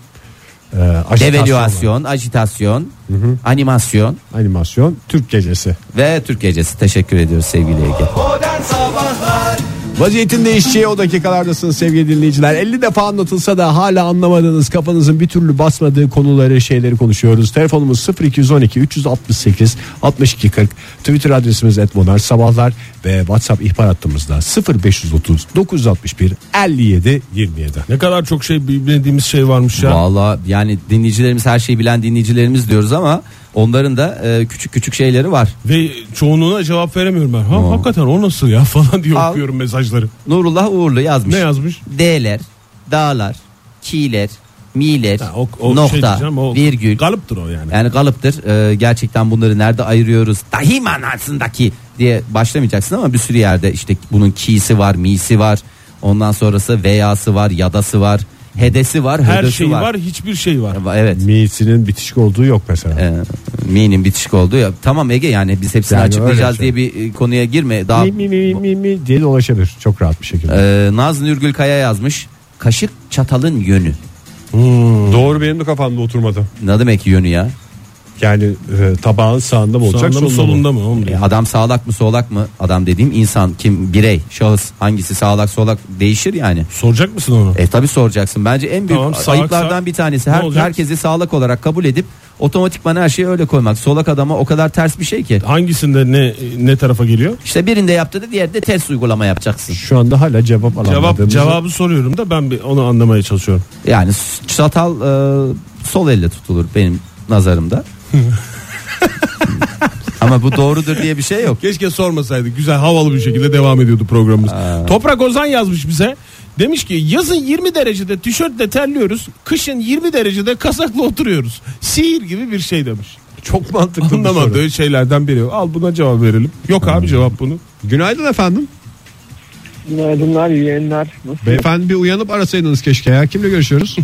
S1: Ee, ajitasyon var.
S3: Devalüasyon, ajitasyon, animasyon
S1: Animasyon Türk gecesi.
S3: ve Türk gecesi. Teşekkür ediyoruz sevgili Ege.
S5: Modern Sabahlar
S1: Vaziyetin değişeceği o dakikalardasınız sevgili dinleyiciler. 50 defa anlatılsa da hala anlamadığınız kafanızın bir türlü basmadığı konuları şeyleri konuşuyoruz. Telefonumuz 0212 368 62 40. Twitter adresimiz @modern sabahlar ve WhatsApp ihbar hattımızda 0530 961 57 27.
S6: Ne kadar çok şey bilmediğimiz şey varmış ya.
S3: Valla yani dinleyicilerimiz her şeyi bilen dinleyicilerimiz diyoruz ama onların da e, küçük küçük şeyleri var.
S6: Ve çoğunluğuna cevap veremiyorum ben. Ha, hakikaten o nasıl ya falan diye
S3: Al.
S6: okuyorum mesajları.
S3: Nurullah Uğurlu yazmış.
S6: Ne yazmış?
S3: D'ler, dağlar, kiler, miler,
S6: Ha, o, o şey
S3: nokta,
S6: diyeceğim, o
S3: virgül.
S6: Kalıptır o yani.
S3: yani kalıptır. Ee, gerçekten bunları nerede ayırıyoruz? Dahi manasındaki diye başlamayacaksın ama bir sürü yerde işte bunun ki'si var, mi'si var. Ondan sonrası veyası var, yadası var, hedesi var,
S6: Her
S3: hödesi
S6: şey var. hiçbir şey var.
S3: Evet.
S1: Mi'sinin bitişik olduğu yok mesela.
S3: Ee, mi'nin bitişik olduğu ya. Tamam Ege yani biz hepsini
S1: Yani
S3: açıklayacağız
S1: öyle
S3: diye bir e, konuya girme. Daha
S1: Mi mi mi mi mi diye dolaşabilir çok rahat bir şekilde.
S3: Ee, Naz Nürgül Kaya yazmış. Kaşık çatalın yönü.
S6: Hmm.
S1: Doğru benim de kafamda oturmadı.
S3: Ne demek yönü ya?
S1: Yani e, tabağın sağında mı olacak
S6: Sağında mı solunda mı? Onu
S3: E,
S6: diyor.
S3: adam sağlak mı solak mı? Adam dediğim insan kim birey şahıs hangisi sağlak solak değişir yani.
S6: Soracak mısın onu?
S3: E tabi soracaksın. Bence en büyük
S6: Tamam, sağ-
S3: ayıplardan
S6: sağ-
S3: bir tanesi
S6: Ne
S3: her,
S6: olacak?
S3: herkesi sağlak olarak kabul edip otomatikman her şeyi öyle koymak. Solak adama o kadar ters bir şey ki.
S6: Hangisinde ne ne tarafa geliyor?
S3: İşte birinde yaptığını diğerinde ters uygulama yapacaksın.
S1: Şu anda hala cevap alamadığımızı
S6: Cevap cevabı soruyorum da ben bir onu anlamaya çalışıyorum.
S3: Yani s- çatal e, sol elle tutulur benim nazarımda. Ama bu doğrudur diye bir şey yok.
S6: Keşke sormasaydı. Güzel havalı bir şekilde devam ediyordu programımız. Toprak Ozan yazmış bize. Demiş ki yazın 20 derecede tişörtle terliyoruz. Kışın 20 derecede kasakla oturuyoruz. Sihir gibi bir şey demiş.
S1: Çok mantıklı bir soru.
S6: Anlamadığı şeylerden biri. Al buna cevap verelim. Yok abi cevap bunu.
S1: Günaydın efendim.
S8: Günaydınlar, iyi yayınlar. Nasıl?
S1: Beyefendi bir uyanıp arasaydınız keşke ya. Kimle görüşüyoruz?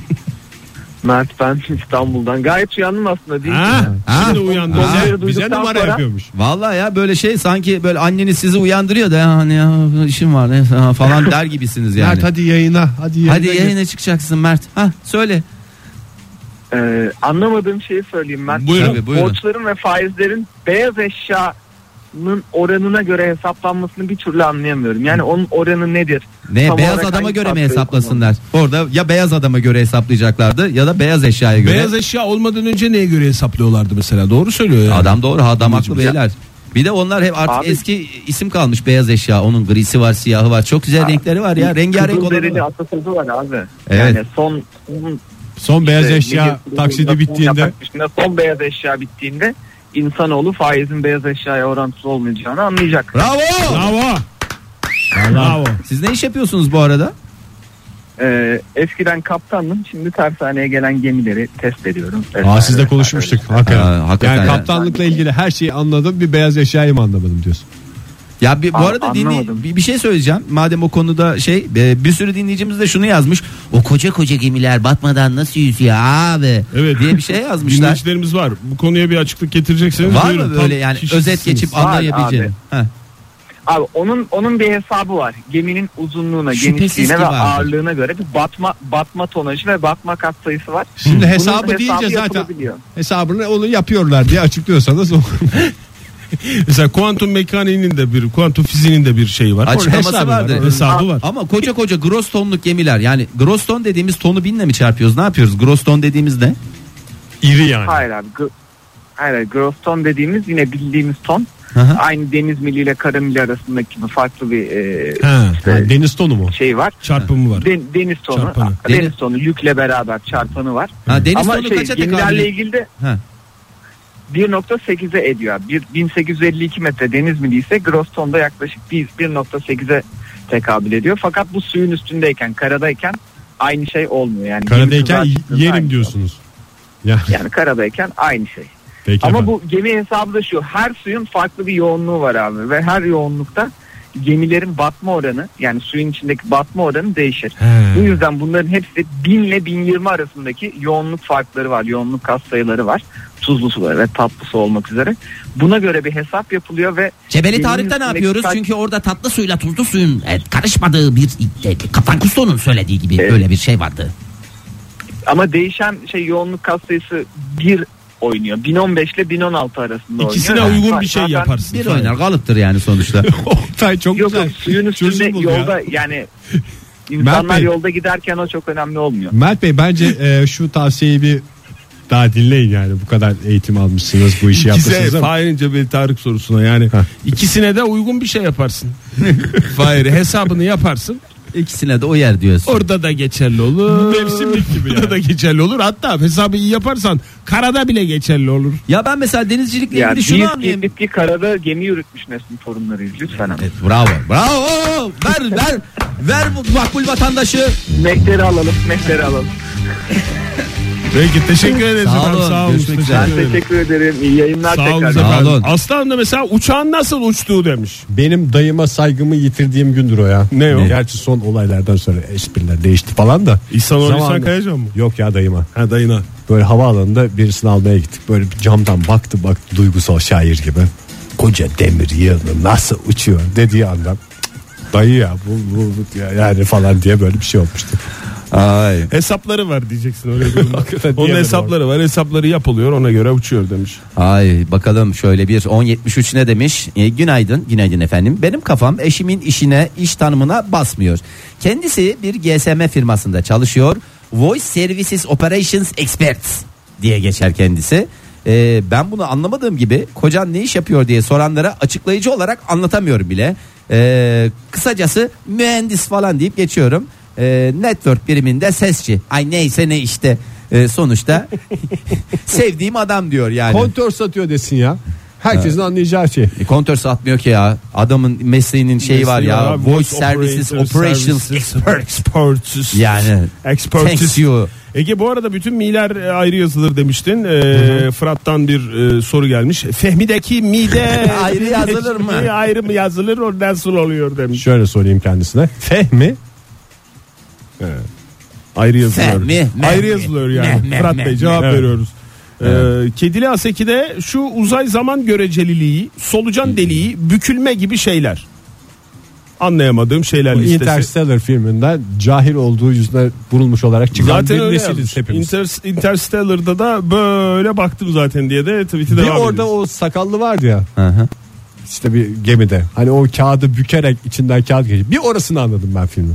S8: Mert ben İstanbul'dan. Gayet uyandım aslında değil mi?
S6: Ha, şimdi uyandı.
S8: Onları
S6: Bize- Bize
S8: duyduktan
S6: numara
S8: sonra-
S6: yapıyormuş.
S3: Vallahi ya böyle şey sanki böyle anneniz sizi uyandırıyor da ya hani ya işim var neyse ha falan der gibisiniz yani.
S1: Mert
S3: hadi
S1: hadi yayına. Hadi yayına. gir.
S3: yayına çıkacaksın Mert. Ha söyle.
S8: Ee, anlamadığım şeyi söyleyeyim ben.
S6: Buyurun.
S3: Tabii, buyurun.
S8: Borçların ve faizlerin beyaz eşyanın oranına göre hesaplanmasını bir türlü anlayamıyorum. Yani onun oranı nedir?
S3: Ne
S8: Tam
S3: beyaz
S8: olarak
S3: adama
S8: hangi
S3: göre mi
S8: tahtayı
S3: hesaplasınlar? Orada ya beyaz adama göre hesaplayacaklardı ya da beyaz eşyaya göre.
S6: Beyaz eşya olmadan önce neye göre hesaplıyorlardı mesela? Doğru söylüyor yani.
S3: Adam doğru ha, adam haklı beyler. Bir de onlar hep artık
S8: Abi-
S3: eski isim kalmış beyaz eşya. Onun grisi var, siyahı var. Çok güzel renkleri var ya. Rengarenk olanı
S8: Kızılderili
S3: var.
S8: atasözü var abi.
S3: Evet.
S8: Yani son, son
S1: Son beyaz
S8: İşte
S1: eşya
S8: Midyat'ın
S1: taksidi
S8: son
S1: bittiğinde
S8: yaprak dışında son beyaz eşya bittiğinde insanoğlu faizin beyaz eşyaya orantılı olmayacağını anlayacak.
S3: Bravo.
S6: Bravo. Bravo.
S3: Siz ne iş yapıyorsunuz bu arada?
S8: Ee, eskiden kaptandım şimdi tersaneye gelen gemileri test ediyorum.
S1: Aa,
S8: Vesaire,
S1: sizle
S8: vesaire.
S1: konuşmuştuk. Hakikaten.
S3: Ha, hakikaten
S1: yani
S3: ya.
S1: kaptanlıkla ilgili her şeyi anladım bir beyaz eşyayı mı anlamadım diyorsun.
S3: Ya bir, bu
S8: An-
S3: arada dinley-
S8: anlamadım.
S3: bir, bir şey söyleyeceğim. Madem o konuda şey e, bir sürü dinleyicimiz de şunu yazmış. O koca koca gemiler batmadan nasıl yüzüyor abi
S6: Evet.
S3: diye bir şey yazmışlar.
S6: Dinleyicilerimiz var. Bu konuya bir açıklık getirecekseniz
S3: Var
S6: buyurun.
S3: mı
S6: Tam
S3: böyle yani
S6: kişisiniz.
S3: özet geçip
S8: Var
S3: anlayabileceğin? Heh.
S8: Abi onun onun bir hesabı var. Geminin uzunluğuna,
S3: Şüphesiz
S8: genişliğine
S3: ki
S8: ve
S3: vardır.
S8: ağırlığına göre bir batma batma tonajı ve batma kat sayısı var.
S1: Şimdi
S8: Bunun
S1: hesabı deyince zaten
S8: yapılabiliyor.
S1: hesabını onu yapıyorlar diye açıklıyorsanız o-
S6: Mesela kuantum mekaniğinin de bir, kuantum fiziğinin de bir şeyi var.
S3: Açıklaması
S6: Hesabı
S3: vardır.
S6: Hesabı var.
S3: Ama koca koca gross tonluk gemiler yani gross ton dediğimiz tonu binle mi çarpıyoruz ne yapıyoruz gross ton dediğimiz ne?
S6: İri yani.
S8: Hayır abi. gr- Hayır, hayır, gross ton dediğimiz yine bildiğimiz ton.
S3: Hı hı.
S8: Aynı deniz miliyle kara mili arasındaki gibi farklı bir e,
S6: Ha,
S8: işte
S1: deniz tonu mu?
S8: şey var.
S6: çarpımı var.
S8: Den- deniz tonu,
S6: Çarpanı.
S8: deniz tonu yükle beraber çarpanı var.
S3: Ha, deniz
S8: Ama
S3: tonu
S8: şey,
S3: kaça tekabül
S8: gemilerle
S3: ediyor?
S8: ilgili de
S3: Ha.
S8: 1.8'e ediyor. abi. Bir- 1852 metre deniz mili ise gross tonda yaklaşık bir- 1.8'e tekabül ediyor. Fakat bu suyun üstündeyken, karadayken aynı şey olmuyor. Yani gemi tuzağa
S1: Karadayken
S8: çıktığında aynı
S1: yerim
S8: şey.
S1: diyorsunuz. Ya,
S8: Yani karadayken aynı şey.
S1: peki
S8: Ama
S1: efendim.
S8: bu gemi hesabı da şu. Her suyun farklı bir yoğunluğu var abi. Ve her yoğunlukta gemilerin batma oranı yani suyun içindeki batma oranı değişir.
S1: He.
S8: Bu yüzden bunların hepsi 1000 ile 1020 arasındaki yoğunluk farkları var. Yoğunluk kas sayıları var. Tuzlu suları ve tatlı su olmak üzere. Buna göre bir hesap yapılıyor ve
S4: Cebeli
S8: geminin
S4: Tarık'ta ne
S8: üstündeki
S4: yapıyoruz?
S8: kaç-
S4: Çünkü orada tatlı suyla tuzlu suyun e, karışmadığı bir e, Kaptan Kusto'nun söylediği gibi
S8: Evet.
S4: böyle bir şey vardı.
S8: ama değişen şey yoğunluk kas sayısı 1 oynuyor. 1015 ile 1016 arasında
S6: İkisine
S8: oynuyor. Yani
S6: uygun
S8: zaten-
S6: bir şey yaparsın.
S3: Bir oynar kalıptır yani sonuçta.
S1: Oktay çok
S8: Yok
S1: güzel.
S8: yok suyun üstünde
S1: çözüm buldu ya.
S8: yolda yani insanlar
S1: Bey.
S8: yolda giderken o çok önemli olmuyor.
S1: Mert Bey bence e, şu tavsiyeyi bir daha dinleyin yani bu kadar eğitim almışsınız bu işi yapmışsınız
S6: İkisi
S1: ama
S6: Fahir'in Cebeli Tarık sorusuna yani
S1: Heh.
S6: ikisine de uygun bir şey yaparsın. Fahir hesabını yaparsın.
S3: İkisine de o yer diyorsun.
S6: Orada da geçerli olur. Mevsimlik gibi Orada da geçerli olur. Hatta hesabı iyi yaparsan karada bile geçerli olur.
S3: Ya ben mesela denizcilikle
S8: Ya
S3: ilgili şunu
S8: bir
S3: anlayayım.
S8: gidip ki karada gemi yürütmüş neslin torunlarıyız lütfen ama.
S3: Evet, bravo bravo ver ver ver bu makbul vatandaşı.
S8: Mehteri alalım, mehteri alalım.
S6: Peki teşekkür ederiz.
S3: Sağ
S6: efendim.
S3: olun, görüşmek
S6: Teşekkür
S3: üzere.
S8: Ben
S6: ederim.
S8: teşekkür ederim. İyi yayınlar
S6: Sağ olun
S8: tekrar.
S3: Sağ
S6: efendim.
S3: olun.
S6: Aslan da mesela uçağın nasıl uçtuğu demiş.
S1: benim dayıma saygımı yitirdiğim gündür o ya. Hani
S6: Ne o?
S1: Gerçi son olaylardan sonra espriler değişti falan da.
S6: İhsan Orhan
S1: Zamanında-
S6: İhsan Kayacan mı?
S1: Yok ya dayıma.
S6: Ha dayına.
S1: Böyle havaalanında birisini almaya gittik. Böyle bir camdan baktı baktı duygusal şair gibi. Koca demir yığını nasıl uçuyor dediği andan. "Cık, Dayı ya bu, bu, bu ya- yani falan diye böyle bir şey olmuştu.
S3: Ay.
S6: Hesapları var diyeceksin oraya.
S1: Hakikaten
S6: Onun
S1: diyemedim
S6: hesapları var. Hesapları yapılıyor ona göre uçuyor demiş.
S3: Ay bakalım şöyle bir 1073 ne demiş? E, günaydın, günaydın efendim. Benim kafam eşimin işine, iş tanımına basmıyor. Kendisi bir GSM firmasında çalışıyor. Voice Services Operations Expert diye geçer kendisi. E, ben bunu anlamadığım gibi kocan ne iş yapıyor diye soranlara açıklayıcı olarak anlatamıyorum bile. E, kısacası mühendis falan deyip geçiyorum. E, network biriminde sesçi. Ay neyse ne işte. E, sonuçta sevdiğim adam diyor yani.
S1: Kontör satıyor desin ya. Herkesin anlayacağı şey.
S3: E, kontör satmıyor ki ya. Adamın mesleğinin şeyi var ya.
S6: Mesela
S3: Voice Services
S6: operator,
S3: Operations
S6: services,
S3: Expert.
S6: Experts.
S3: Yani. Thanks
S6: Experts.
S3: you.
S6: Ege bu arada bütün miler e, ayrı yazılır demiştin. E, Fırat'tan bir e, soru gelmiş. Fehmi'deki mide
S3: Ayrı yazılır mı?
S6: ayrı mı yazılır o nasıl oluyor demiş.
S1: Şöyle sorayım kendisine. Fehmi
S6: Ayrı yazılıyor.
S4: Fehmi,
S6: ayrı
S4: Mehmi,
S6: yazılıyor yani.
S4: Mehmi,
S6: Fırat Bey
S4: Mehmi.
S6: cevap
S1: Evet.
S6: veriyoruz. E, Kedili Aseki'de şu uzay zaman göreceliliği, solucan deliği, bükülme gibi şeyler. Anlayamadığım şeyler
S1: Bu
S6: listesi.
S1: Interstellar filminden cahil olduğu yüzüne vurulmuş olarak çıkan
S6: Zaten
S1: bir
S6: öyle
S1: nesiliz
S6: yazmış.
S1: hepimiz.
S6: Inter- Interstellar'da da böyle baktım zaten diye de tweet'i
S1: bir
S6: devam
S1: orada
S6: ediyoruz.
S1: o sakallı vardı ya
S3: Hı hı.
S1: işte bir gemide. Hani o kağıdı bükerek içinden kağıt geçiyor. Bir orasını anladım ben filmin.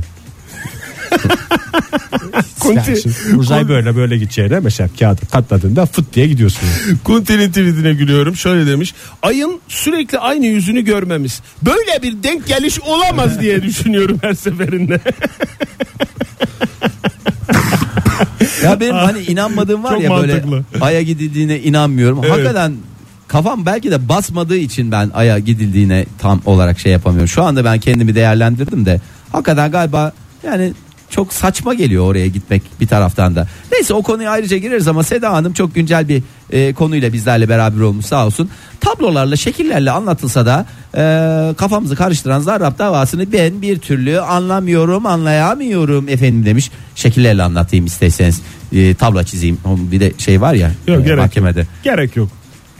S1: Yani şimdi uzay böyle böyle gideceğine mesela kağıdı katladığında fıt diye gidiyorsun.
S6: Kunti'nin tweetine gülüyorum. Şöyle demiş. Ayın sürekli aynı yüzünü görmemiz. Böyle bir denk geliş olamaz diye düşünüyorum her seferinde.
S3: Ya benim hani inanmadığım var
S6: Çok
S3: ya böyle
S6: mantıklı.
S3: aya gidildiğine inanmıyorum.
S6: Evet.
S3: Hakikaten kafam belki de basmadığı için ben aya gidildiğine tam olarak şey yapamıyorum. Şu anda ben kendimi değerlendirdim de hakikaten galiba yani çok saçma geliyor oraya gitmek bir taraftan da. Neyse o konuya ayrıca gireriz ama Seda Hanım çok güncel bir e, konuyla bizlerle beraber olmuş sağ olsun. Tablolarla şekillerle anlatılsa da e, kafamızı karıştıran Zarrab davasını ben bir türlü anlamıyorum anlayamıyorum efendim demiş. Şekillerle anlatayım isterseniz E, tablo çizeyim bir de şey var ya
S2: Yok,
S3: e,
S2: gerek yok.
S3: mahkemede.
S2: Gerek yok.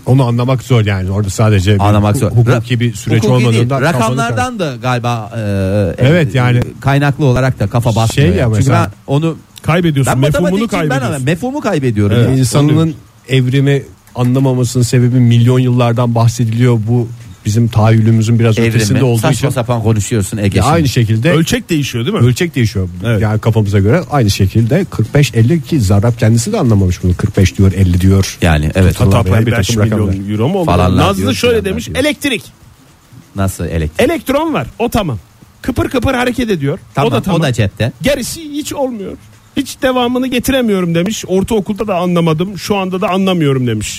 S1: Onu anlamak zor yani. Orada sadece bir
S3: Anlamak zor.
S1: hu- hukuki bir süreç
S3: Hukuki değil,
S1: olmadığından kafanı karıştırıyor.
S3: rakamlardan da galiba e,
S1: Evet, yani-
S3: kaynaklı olarak da kafa basmıyor.
S1: Şey ya
S3: Çünkü
S1: mesela-
S3: ben onu
S2: Kaybediyorsun.
S3: ben
S2: mefhumunu
S3: matematikçiyim ben
S2: kaybediyorsun.
S3: ama mefhumu kaybediyorum.
S1: Evet,
S3: ya.
S1: İnsanın evrimi anlamamasının sebebi milyon yıllardan bahsediliyor. Bu bizim tahayyülümüzün biraz ötesinde
S3: evrimi.
S1: olduğu için.
S3: Saçma sapan konuşuyorsun Ege.
S1: Ya
S3: şimdi.
S1: aynı şey. şekilde
S2: Ölçek değişiyor değil mi?
S1: ölçek değişiyor.
S2: Evet.
S1: Yani kafamıza göre aynı şekilde 45-50 ki Zarrab kendisi de anlamamış bunu. 45 diyor 50 diyor.
S3: Yani evet.
S1: Hata
S2: Hatta
S1: Tabii, bir
S2: payı 5
S1: takım
S2: milyon
S1: rakamlar.
S2: euro mu oldu?
S3: Falanlar diyor,
S2: Nazlı şöyle
S3: filanlar
S2: demiş.
S3: diyor.
S2: Elektrik.
S3: Nasıl elektrik?
S2: Elektron var. O tamam. Kıpır kıpır hareket ediyor.
S3: Tamam,
S2: o da tamam.
S3: cepte.
S2: Gerisi hiç olmuyor. Hiç devamını getiremiyorum demiş. Ortaokulda da anlamadım. Şu anda da anlamıyorum demiş.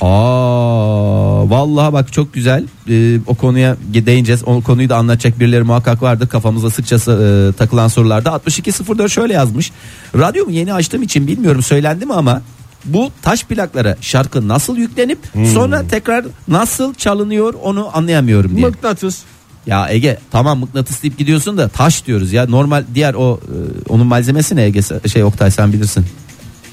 S3: Aa vallahi bak çok güzel. Ee, o konuya değineceğiz. O konuyu da anlatacak birileri muhakkak vardır. Kafamıza sıkça e, takılan sorularda 6204 şöyle yazmış. Radyomu yeni açtığım için bilmiyorum söylendi mi ama bu taş plaklara şarkı nasıl yüklenip
S1: Hmm.
S3: sonra tekrar nasıl çalınıyor onu anlayamıyorum diye.
S1: Mıknatıs.
S3: Ya Ege tamam mıknatıs deyip gidiyorsun da taş diyoruz ya. Normal diğer o e, onun malzemesi ne Ege şey Oktay sen bilirsin.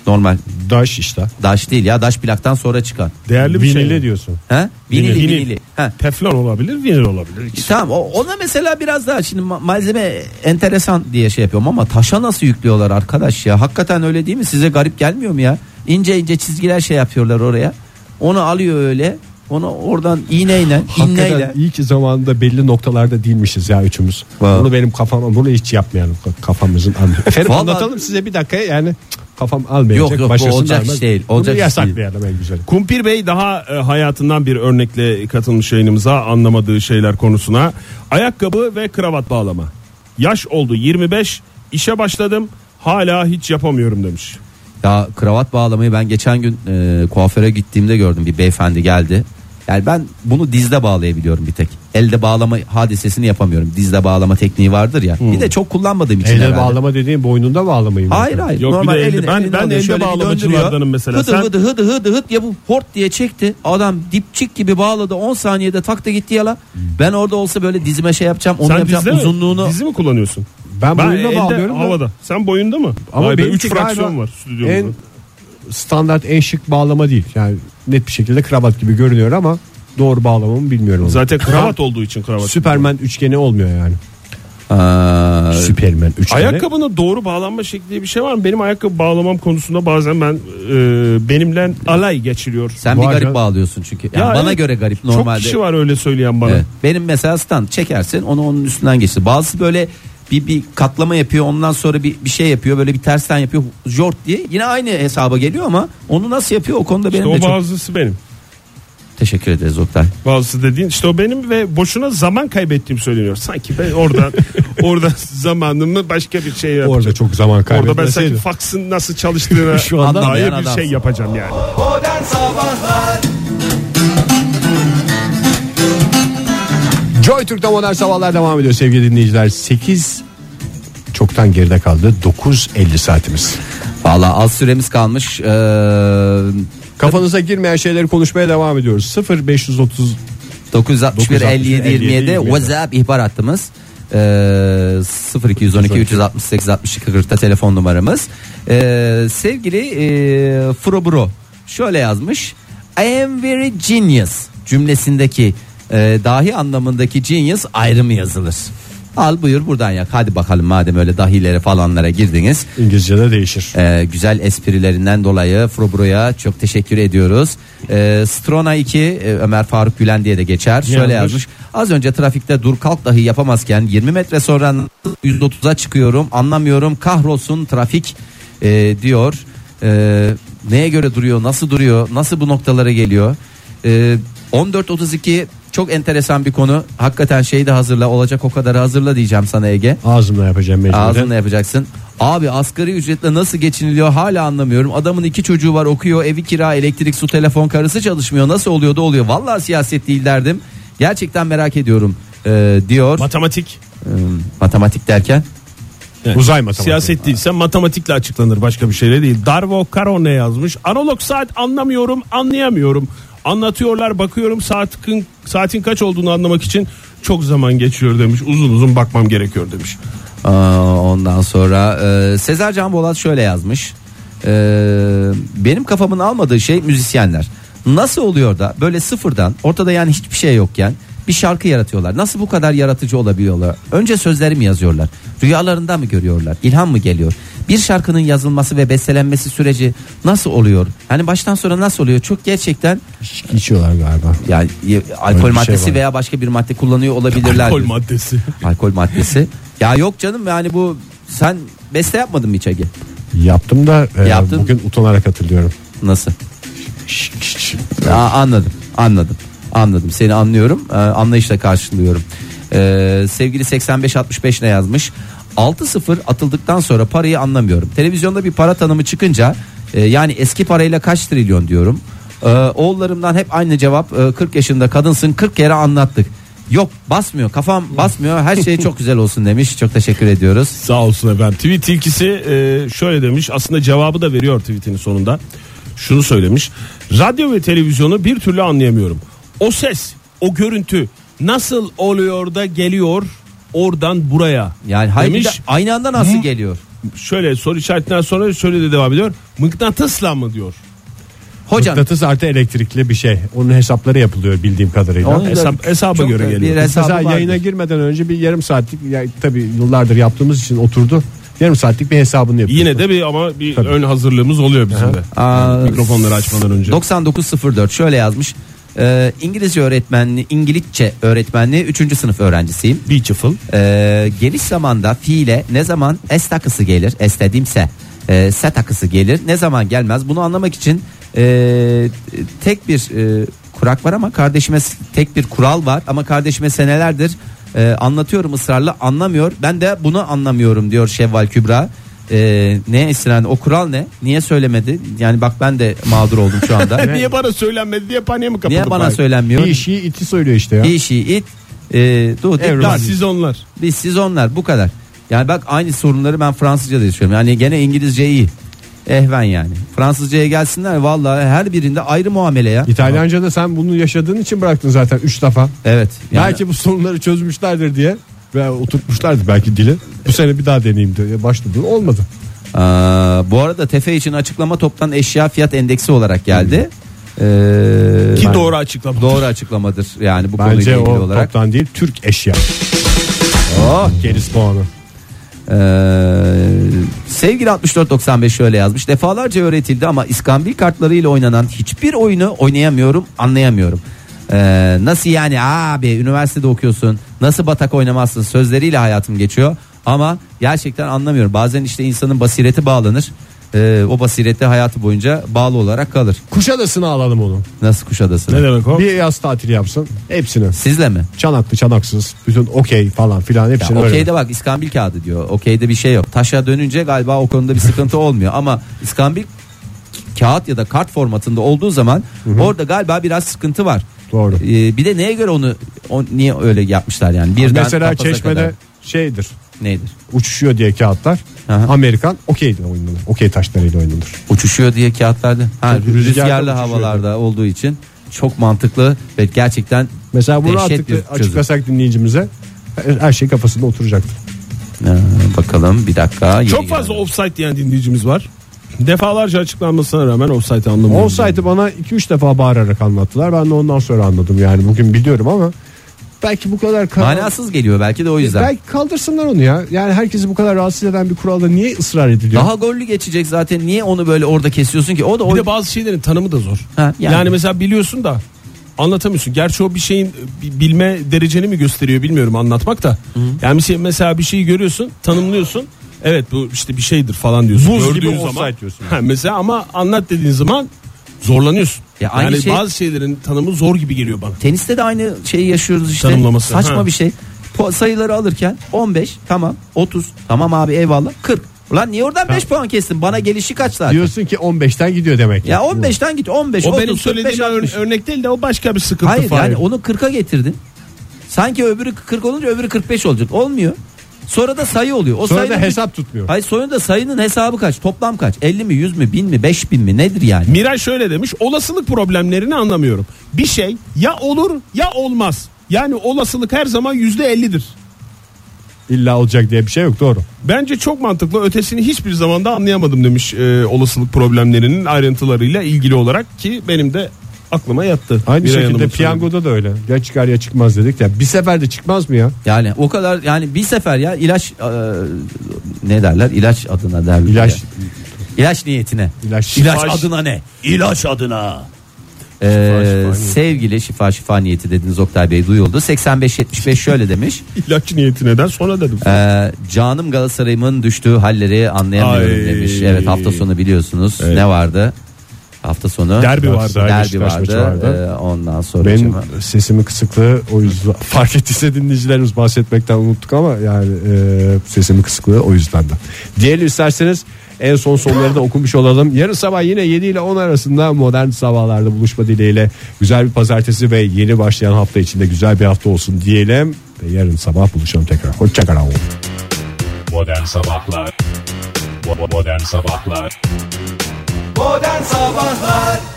S3: Normal
S1: Daş işte.
S3: taş değil ya taş plaktan sonra çıkan.
S2: Değerli bir
S1: Vinili
S2: şey.
S1: diyorsun.
S3: Ha? Vinili
S2: Vinil.
S3: vinili. Ha.
S2: Teflon olabilir, vinil olabilir. İkisi.
S3: Tamam o- ona mesela biraz daha şimdi ma- malzeme enteresan diye şey yapıyorum ama taşa nasıl yüklüyorlar arkadaş ya? Hakikaten öyle değil mi? Size garip gelmiyor mu ya? İnce ince çizgiler şey yapıyorlar oraya. Onu alıyor öyle. Onu oradan iğneyle,
S1: Hakikaten
S3: inneyle.
S1: iyi ki zamanında belli noktalarda değilmişiz ya üçümüz.
S3: Vallahi.
S1: Bunu benim kafama bunu hiç yapmayalım kafamızın anı. Efendim
S3: Vallahi-
S1: anlatalım size bir dakika yani cık, kafam almayacak.
S3: Yok, yok, bu
S1: başkasının
S3: olacak
S1: almaz.
S3: iş değil, olacak
S1: bunu
S3: iş
S1: yasaklayalım en güzeli.
S2: Kumpir Bey daha e, hayatından bir örnekle katılmış yayınımıza anlamadığı şeyler konusuna. Ayakkabı ve kravat bağlama. Yaş oldu 25, işe başladım hala hiç yapamıyorum demiş.
S3: Ya kravat bağlamayı ben geçen gün e, kuaföre gittiğimde gördüm bir beyefendi geldi. Yani ben bunu dizde bağlayabiliyorum bir tek. Elde bağlama hadisesini yapamıyorum. Dizde bağlama tekniği vardır ya. Bir
S2: Hmm.
S3: de çok kullanmadığım için
S1: Elle
S3: herhalde.
S1: bağlama dediğin boynunda bağlamayı mı?
S3: Hayır hayır.
S2: Yok, bir
S3: Normal
S2: de elde-
S3: elini,
S2: ben-
S3: elini
S2: ben
S3: alıyor,
S2: elde
S3: şöyle bir
S2: bağlamacılardanım
S3: döndürüyor.
S2: mesela.
S3: Hıdı
S2: Sen-
S3: hıdı hıdı hıdı hıdı ya bu hort diye çekti. Adam dipçik gibi bağladı 10 saniyede taktı gitti yala. Ben orada olsa böyle dizime şey yapacağım. Onu
S2: Hmm. Sen
S3: yapacağım
S2: dizde
S3: uzunluğunu.
S2: mi? Dizi mi kullanıyorsun?
S1: Ben, boynuna
S2: elde,
S1: bağlıyorum. da-
S2: havada. Sen boyunda mı?
S1: Ama
S2: Vay be,
S1: benimki
S2: üç fraksiyon
S1: galiba
S2: var stüdyomuzda.
S1: en- standart en şık bağlama değil. Yani net bir şekilde kravat gibi görünüyor ama doğru bağlamamı bilmiyorum. onu.
S2: Zaten kravat olduğu için kravat.
S1: Süpermen üçgeni olmuyor yani.
S3: Aa,
S1: Süpermen üçgeni.
S2: Ayakkabına doğru bağlanma şekli diye bir şey var mı? Benim ayakkabı bağlamam konusunda bazen ben e, benimle alay geçiriyor.
S3: sen bir
S1: Vay
S3: garip
S1: be.
S3: bağlıyorsun çünkü. Yani
S2: Ya
S3: bana
S2: evet,
S3: göre garip
S2: Çok
S3: normalde.
S2: kişi var öyle söyleyen bana.
S3: Evet. Benim mesela stand çekersin onu onun üstünden geçti. Bazısı böyle bir, bir katlama yapıyor ondan sonra bir, bir şey yapıyor böyle bir tersten yapıyor jort diye yine aynı hesaba geliyor ama onu nasıl yapıyor o konuda benim
S2: İşte o
S3: de çok
S2: bazısı benim.
S3: teşekkür ederiz Oktay.
S2: Bazısı dediğin işte o benim ve boşuna zaman kaybettiğim söyleniyor. Sanki ben oradan orada zamanımı başka bir şey yapacağım.
S1: Orada çok zaman
S2: Orada ben sanki
S1: kaybetmeseydim.
S2: faksın nasıl çalıştığına
S1: Şu
S2: Şu
S1: anda
S2: dair bir
S3: anlamayan adam.
S2: şey yapacağım yani.
S5: Modern Sabahlar
S1: Joy Türk'te modern sabahlar devam ediyor sevgili dinleyiciler. 8 çoktan geride kaldı. 9.50 saatimiz.
S3: Valla az süremiz kalmış. Ee,
S1: Kafanıza girmeyen şeyleri konuşmaya devam ediyoruz. 0530
S3: 961 57 27
S1: 27.
S3: WhatsApp ihbar hattımız. Ee, 0212 368 62 40'ta telefon numaramız. Ee, sevgili e, Frobro şöyle yazmış. I am very genius cümlesindeki e, dahi anlamındaki genius ayrımı yazılır. Al buyur buradan yak. Hadi bakalım madem öyle dahilere falanlara girdiniz.
S1: İngilizce'de değişir.
S3: Ee, güzel esprilerinden dolayı Frobro'ya çok teşekkür ediyoruz. Ee, Strona 2 e, Ömer Faruk Gülen diye de geçer. Şöyle yazmış. Az önce trafikte dur kalk dahi yapamazken 20 metre sonra 130'a çıkıyorum anlamıyorum kahrolsun trafik e, diyor. Ee, neye göre duruyor nasıl duruyor nasıl bu noktalara geliyor. Ee, 14.32 çok enteresan bir konu. Hakikaten şeyi de hazırla olacak o kadar hazırla diyeceğim sana Ege.
S1: Ağzımla yapacağım mecburen.
S3: Ağzınla yapacaksın. Abi asgari ücretle nasıl geçiniliyor hala anlamıyorum. Adamın iki çocuğu var okuyor evi kira elektrik su telefon karısı çalışmıyor. Nasıl oluyor da oluyor. Vallahi siyaset değil derdim. Gerçekten merak ediyorum ee, diyor.
S2: Matematik
S3: Ee, matematik derken
S6: Evet.
S1: Uzay matematiği.
S6: Siyaset değilse matematikle açıklanır başka bir şeyle değil. Darvo Caro ne yazmış? Analog saat anlamıyorum anlayamıyorum. Anlatıyorlar bakıyorum saatin, saatin kaç olduğunu anlamak için çok zaman geçiyor demiş. Uzun uzun bakmam gerekiyor demiş.
S3: Aa, ondan sonra e, Sezar Can Bolat şöyle yazmış. E, benim kafamın almadığı şey müzisyenler. Nasıl oluyor da böyle sıfırdan ortada yani hiçbir şey yokken bir şarkı yaratıyorlar. Nasıl bu kadar yaratıcı olabiliyorlar? Önce sözleri mi yazıyorlar? Rüyalarında mı görüyorlar? İlham mı geliyor? Bir şarkının yazılması ve bestelenmesi süreci nasıl oluyor? Hani baştan sonra nasıl oluyor? Çok gerçekten
S1: İçki içiyorlar galiba.
S3: yani e, alkol
S1: Öyle bir şey
S3: maddesi
S1: var.
S3: veya başka bir madde e, kullanıyor olabilirler.
S6: Alkol
S3: diyor
S6: maddesi.
S3: alkol maddesi. Ya yok canım yani bu sen beste yapmadın mı hiç Ege?
S1: Yaptım da e,
S3: Yaptın.
S1: bugün utanarak hatırlıyorum.
S3: Nasıl? Aa, anladım anladım anladım seni anlıyorum Ee, anlayışla karşılıyorum. Ee, sevgili 8565 ne yazmış? 6-0 atıldıktan sonra parayı anlamıyorum. Televizyonda bir para tanımı çıkınca e, yani eski parayla kaç trilyon diyorum. Ee, oğullarımdan hep aynı cevap Ee, 40 yaşında kadınsın 40 kere anlattık. Yok basmıyor kafam basmıyor her şey çok güzel olsun demiş çok teşekkür ediyoruz.
S6: Sağ olsun efendim. Tweet ilkisi e, şöyle demiş. Aslında cevabı da veriyor tweetinin sonunda. Şunu söylemiş. Radyo ve televizyonu bir türlü anlayamıyorum. O ses, o görüntü nasıl oluyor da geliyor oradan buraya.
S3: Yani hayır bir de
S6: demiş.
S3: aynı anda nasıl geliyor?
S6: Şöyle soru işaretinden sonra şöyle de devam ediyor. Mıknatısla mı diyor.
S3: Hocam
S1: Mıknatıs artı elektrikli bir şey. Onun hesapları yapılıyor bildiğim kadarıyla.
S3: Onun da
S6: Hesap, hesaba
S3: çok
S6: göre
S3: da
S6: geliyor.
S3: bir hesabı
S1: Mesela
S3: vardır.
S1: yayına girmeden önce bir yarım saatlik ya, tabii yıllardır yaptığımız için oturdu. Yarım saatlik bir hesabını yapıyor.
S6: Yine de bir ama bir ön hazırlığımız oluyor bizim de.
S3: Aa,
S6: Mikrofonları açmadan önce.
S3: 9904 şöyle yazmış. Ee, İngilizce öğretmenliği, İngilizce öğretmenliği 3. sınıf öğrencisiyim.
S6: Beautiful.
S3: Ee, geniş zamanda fiile ne zaman es takısı gelir, es dediğimse e, se takısı gelir, ne zaman gelmez bunu anlamak için e, tek bir e, kurak var ama kardeşime s- tek bir kural var ama kardeşime senelerdir e, anlatıyorum ısrarla anlamıyor. Ben de bunu anlamıyorum diyor Şevval Kübra. Ee, ne esiren o kural ne? Niye söylemedi? Yani bak ben de mağdur oldum şu anda.
S6: Niye bana söylenmedi diye paniğe mi kapıldık?
S3: Niye bana
S6: bari?
S1: Bir
S3: söylenmiyor?
S6: şey
S1: işi iti söylüyor işte ya.
S3: İşi it. E, do, dip,
S6: Lan
S3: dan.
S6: Siz onlar.
S3: Biz siz onlar bu kadar. Yani bak aynı sorunları ben Fransızca'da yaşıyorum. Yani gene İngilizce iyi. Ehven yani. Fransızca'ya gelsinler vallahi her birinde ayrı muamele ya.
S1: İtalyanca'da sen bunu yaşadığın için bıraktın zaten 3 defa.
S3: Evet. Yani
S1: Belki bu sorunları çözmüşlerdir diye ve oturtmuşlardı belki dili. Bu sene bir daha deneyeyim diye başladı. Olmadı.
S3: Aa, bu arada Tefe için açıklama toptan eşya fiyat endeksi olarak geldi. Ee,
S6: Ki doğru açıklama.
S3: doğru açıklamadır yani bu konuyla
S1: Bence
S3: ilgili
S1: o
S3: olarak.
S1: toptan değil Türk eşya.
S3: Oh,
S1: Geriz puanı.
S3: Ee, sevgili 6495 şöyle yazmış. Defalarca öğretildi ama iskambil kartlarıyla oynanan hiçbir oyunu oynayamıyorum, anlayamıyorum. Ee, nasıl yani abi üniversitede okuyorsun. Nasıl batak oynamazsın? Sözleriyle hayatım geçiyor ama gerçekten anlamıyorum. Bazen işte insanın basireti bağlanır. Ee, o basireti hayatı boyunca bağlı olarak kalır.
S1: Kuşadası'na alalım onu.
S3: Nasıl Kuşadası'na?
S6: Ne demek o?
S1: Bir yaz tatili yapsın. Hepsini.
S3: Sizle mi?
S1: Çanaklı çanaksız. Bütün okey falan filan
S3: Ya
S1: hepsini öyle.
S3: Okey'de bak iskambil kağıdı diyor. Okey'de bir şey yok. Taşa dönünce galiba o konuda bir sıkıntı olmuyor. Ama iskambil kağıt ya da kart formatında olduğu zaman orada galiba biraz sıkıntı var.
S1: Doğru.
S3: Ee, bir de neye göre onu o, niye öyle yapmışlar yani? Birden
S1: Mesela
S3: kapaza
S1: çeşmede
S3: kadar.
S1: şeydir.
S3: nedir?
S1: Uçuşuyor diye kağıtlar.
S3: Aha.
S1: Amerikan okey'de oynanır. Okey taşlarıyla oynanır.
S3: Uçuşuyor diye kağıtlarda. Ha,
S1: Tabii,
S3: rüzgarlı,
S1: rüzgarda uçuşuyor.
S3: havalarda olduğu için çok mantıklı ve gerçekten
S1: Mesela bunu
S3: dehşet
S1: açıkla-
S3: bir çözüm.
S1: açıklasak dinleyicimize her- her şey kafasında oturacaktı.
S3: Hmm. Ee, bakalım bir dakika. Yeni
S6: Çok fazla
S3: geldi.
S6: offside diyen dinleyicimiz var. Defalarca açıklanmasına rağmen offside anlamıyorum.
S1: Olsaydı bana 2-3 defa bağırarak anlattılar. Ben de ondan sonra anladım yani. Bugün biliyorum ama belki bu kadar kal-
S3: Manasız geliyor belki de o yüzden.
S1: Belki kaldırsınlar onu ya. Yani herkesi bu kadar rahatsız eden bir kuralda niye ısrar ediliyor?
S3: Daha gollü geçecek zaten. Niye onu böyle orada kesiyorsun ki? O da
S6: Bir
S3: o
S6: de bazı şeylerin tanımı da zor.
S3: Ha, yani.
S6: yani. mesela biliyorsun da anlatamıyorsun. Gerçi o bir şeyin bi- bilme dereceni mi gösteriyor bilmiyorum anlatmak da. Yani mesela- mesela bir şeyi görüyorsun, tanımlıyorsun. Evet bu işte bir şeydir falan diyorsun.
S1: Buz gibi
S6: Gördüğün
S1: offside diyorsun.
S6: Ha, mesela ama anlat dediğin zaman zorlanıyorsun.
S3: Ya aynı
S6: yani
S3: şey-
S6: bazı şeylerin tanımı zor gibi geliyor bana.
S3: Teniste de aynı şeyi yaşıyoruz işte.
S6: Tanımlaması,
S3: Saçma
S6: ha.
S3: bir şey. Po- sayıları alırken 15 tamam 30 tamam abi eyvallah 40. Ulan niye oradan 5 puan kestin? Bana gelişi kaç zaten?
S1: Diyorsun ki 15'ten gidiyor demek.
S3: Ya 15'ten git 15
S6: O
S3: 30
S6: benim
S3: 45
S6: söylediğim
S3: 60.
S6: ör- örnek değil de o başka bir sıkıntı
S3: Hayır
S6: Fahir.
S3: yani onu 40'a getirdin. Sanki öbürü 40 olunca öbürü 45 olacak. Olmuyor. Sonra da sayı oluyor. O
S1: Sonra da
S3: sayının-
S1: hesap tutmuyor.
S3: Hayır sonra da sayının hesabı kaç? Toplam kaç? 50 mi 100 mü 1000 mi 5000 mi nedir yani?
S6: Miray şöyle demiş olasılık problemlerini anlamıyorum. Bir şey ya olur ya olmaz. Yani olasılık her zaman yüzde ellidir.
S1: İlla olacak diye bir şey yok doğru.
S6: Bence çok mantıklı ötesini hiçbir zaman da anlayamadım demiş e, olasılık problemlerinin ayrıntılarıyla ilgili olarak ki benim de aklıma yattı.
S1: Aynı
S6: Miray Hanım'ın
S1: şekilde
S6: söylediği.
S1: piyangoda da öyle. Ya çıkar ya çıkmaz dedik de bir seferde çıkmaz mı ya?
S3: Yani o kadar yani bir sefer ya ilaç e, ne derler? İlaç adına derler.
S1: İlaç-
S3: İlaç niyetine.
S1: İlaç- Şifa-
S3: adına ne? İlaç adına. Ee, sevgili şifa şifa niyeti dediniz Oktay Bey duyuldu. 85-75 şöyle demiş.
S6: İlaççı niyetinden sonra dedim.
S3: Ee, canım Galatasaray'ımın düştüğü halleri anlayamıyorum
S6: Ay.
S3: demiş. Evet hafta sonu biliyorsunuz ne vardı? Hafta sonu
S6: Derbi vardı,
S3: Derbi
S1: Beşiktaş maçı
S3: vardı.
S1: vardı.
S3: Ee, ondan sonra
S1: Benim sesimin kısıklığı o yüzden fark ettiyse dinleyicilerimiz bahsetmekten unuttuk ama yani e, sesimin kısıklığı o yüzden de. Diyelim isterseniz en son sonları da okumuş olalım. Yarın sabah yine 7 ile 10 arasında modern sabahlarda buluşma dileğiyle güzel bir pazartesi ve yeni başlayan hafta içinde güzel bir hafta olsun diyelim. Ve yarın sabah buluşalım tekrar. Hoşçakalın.
S9: Modern Sabahlar Bo- Modern Sabahlar
S5: Modern Sabahlar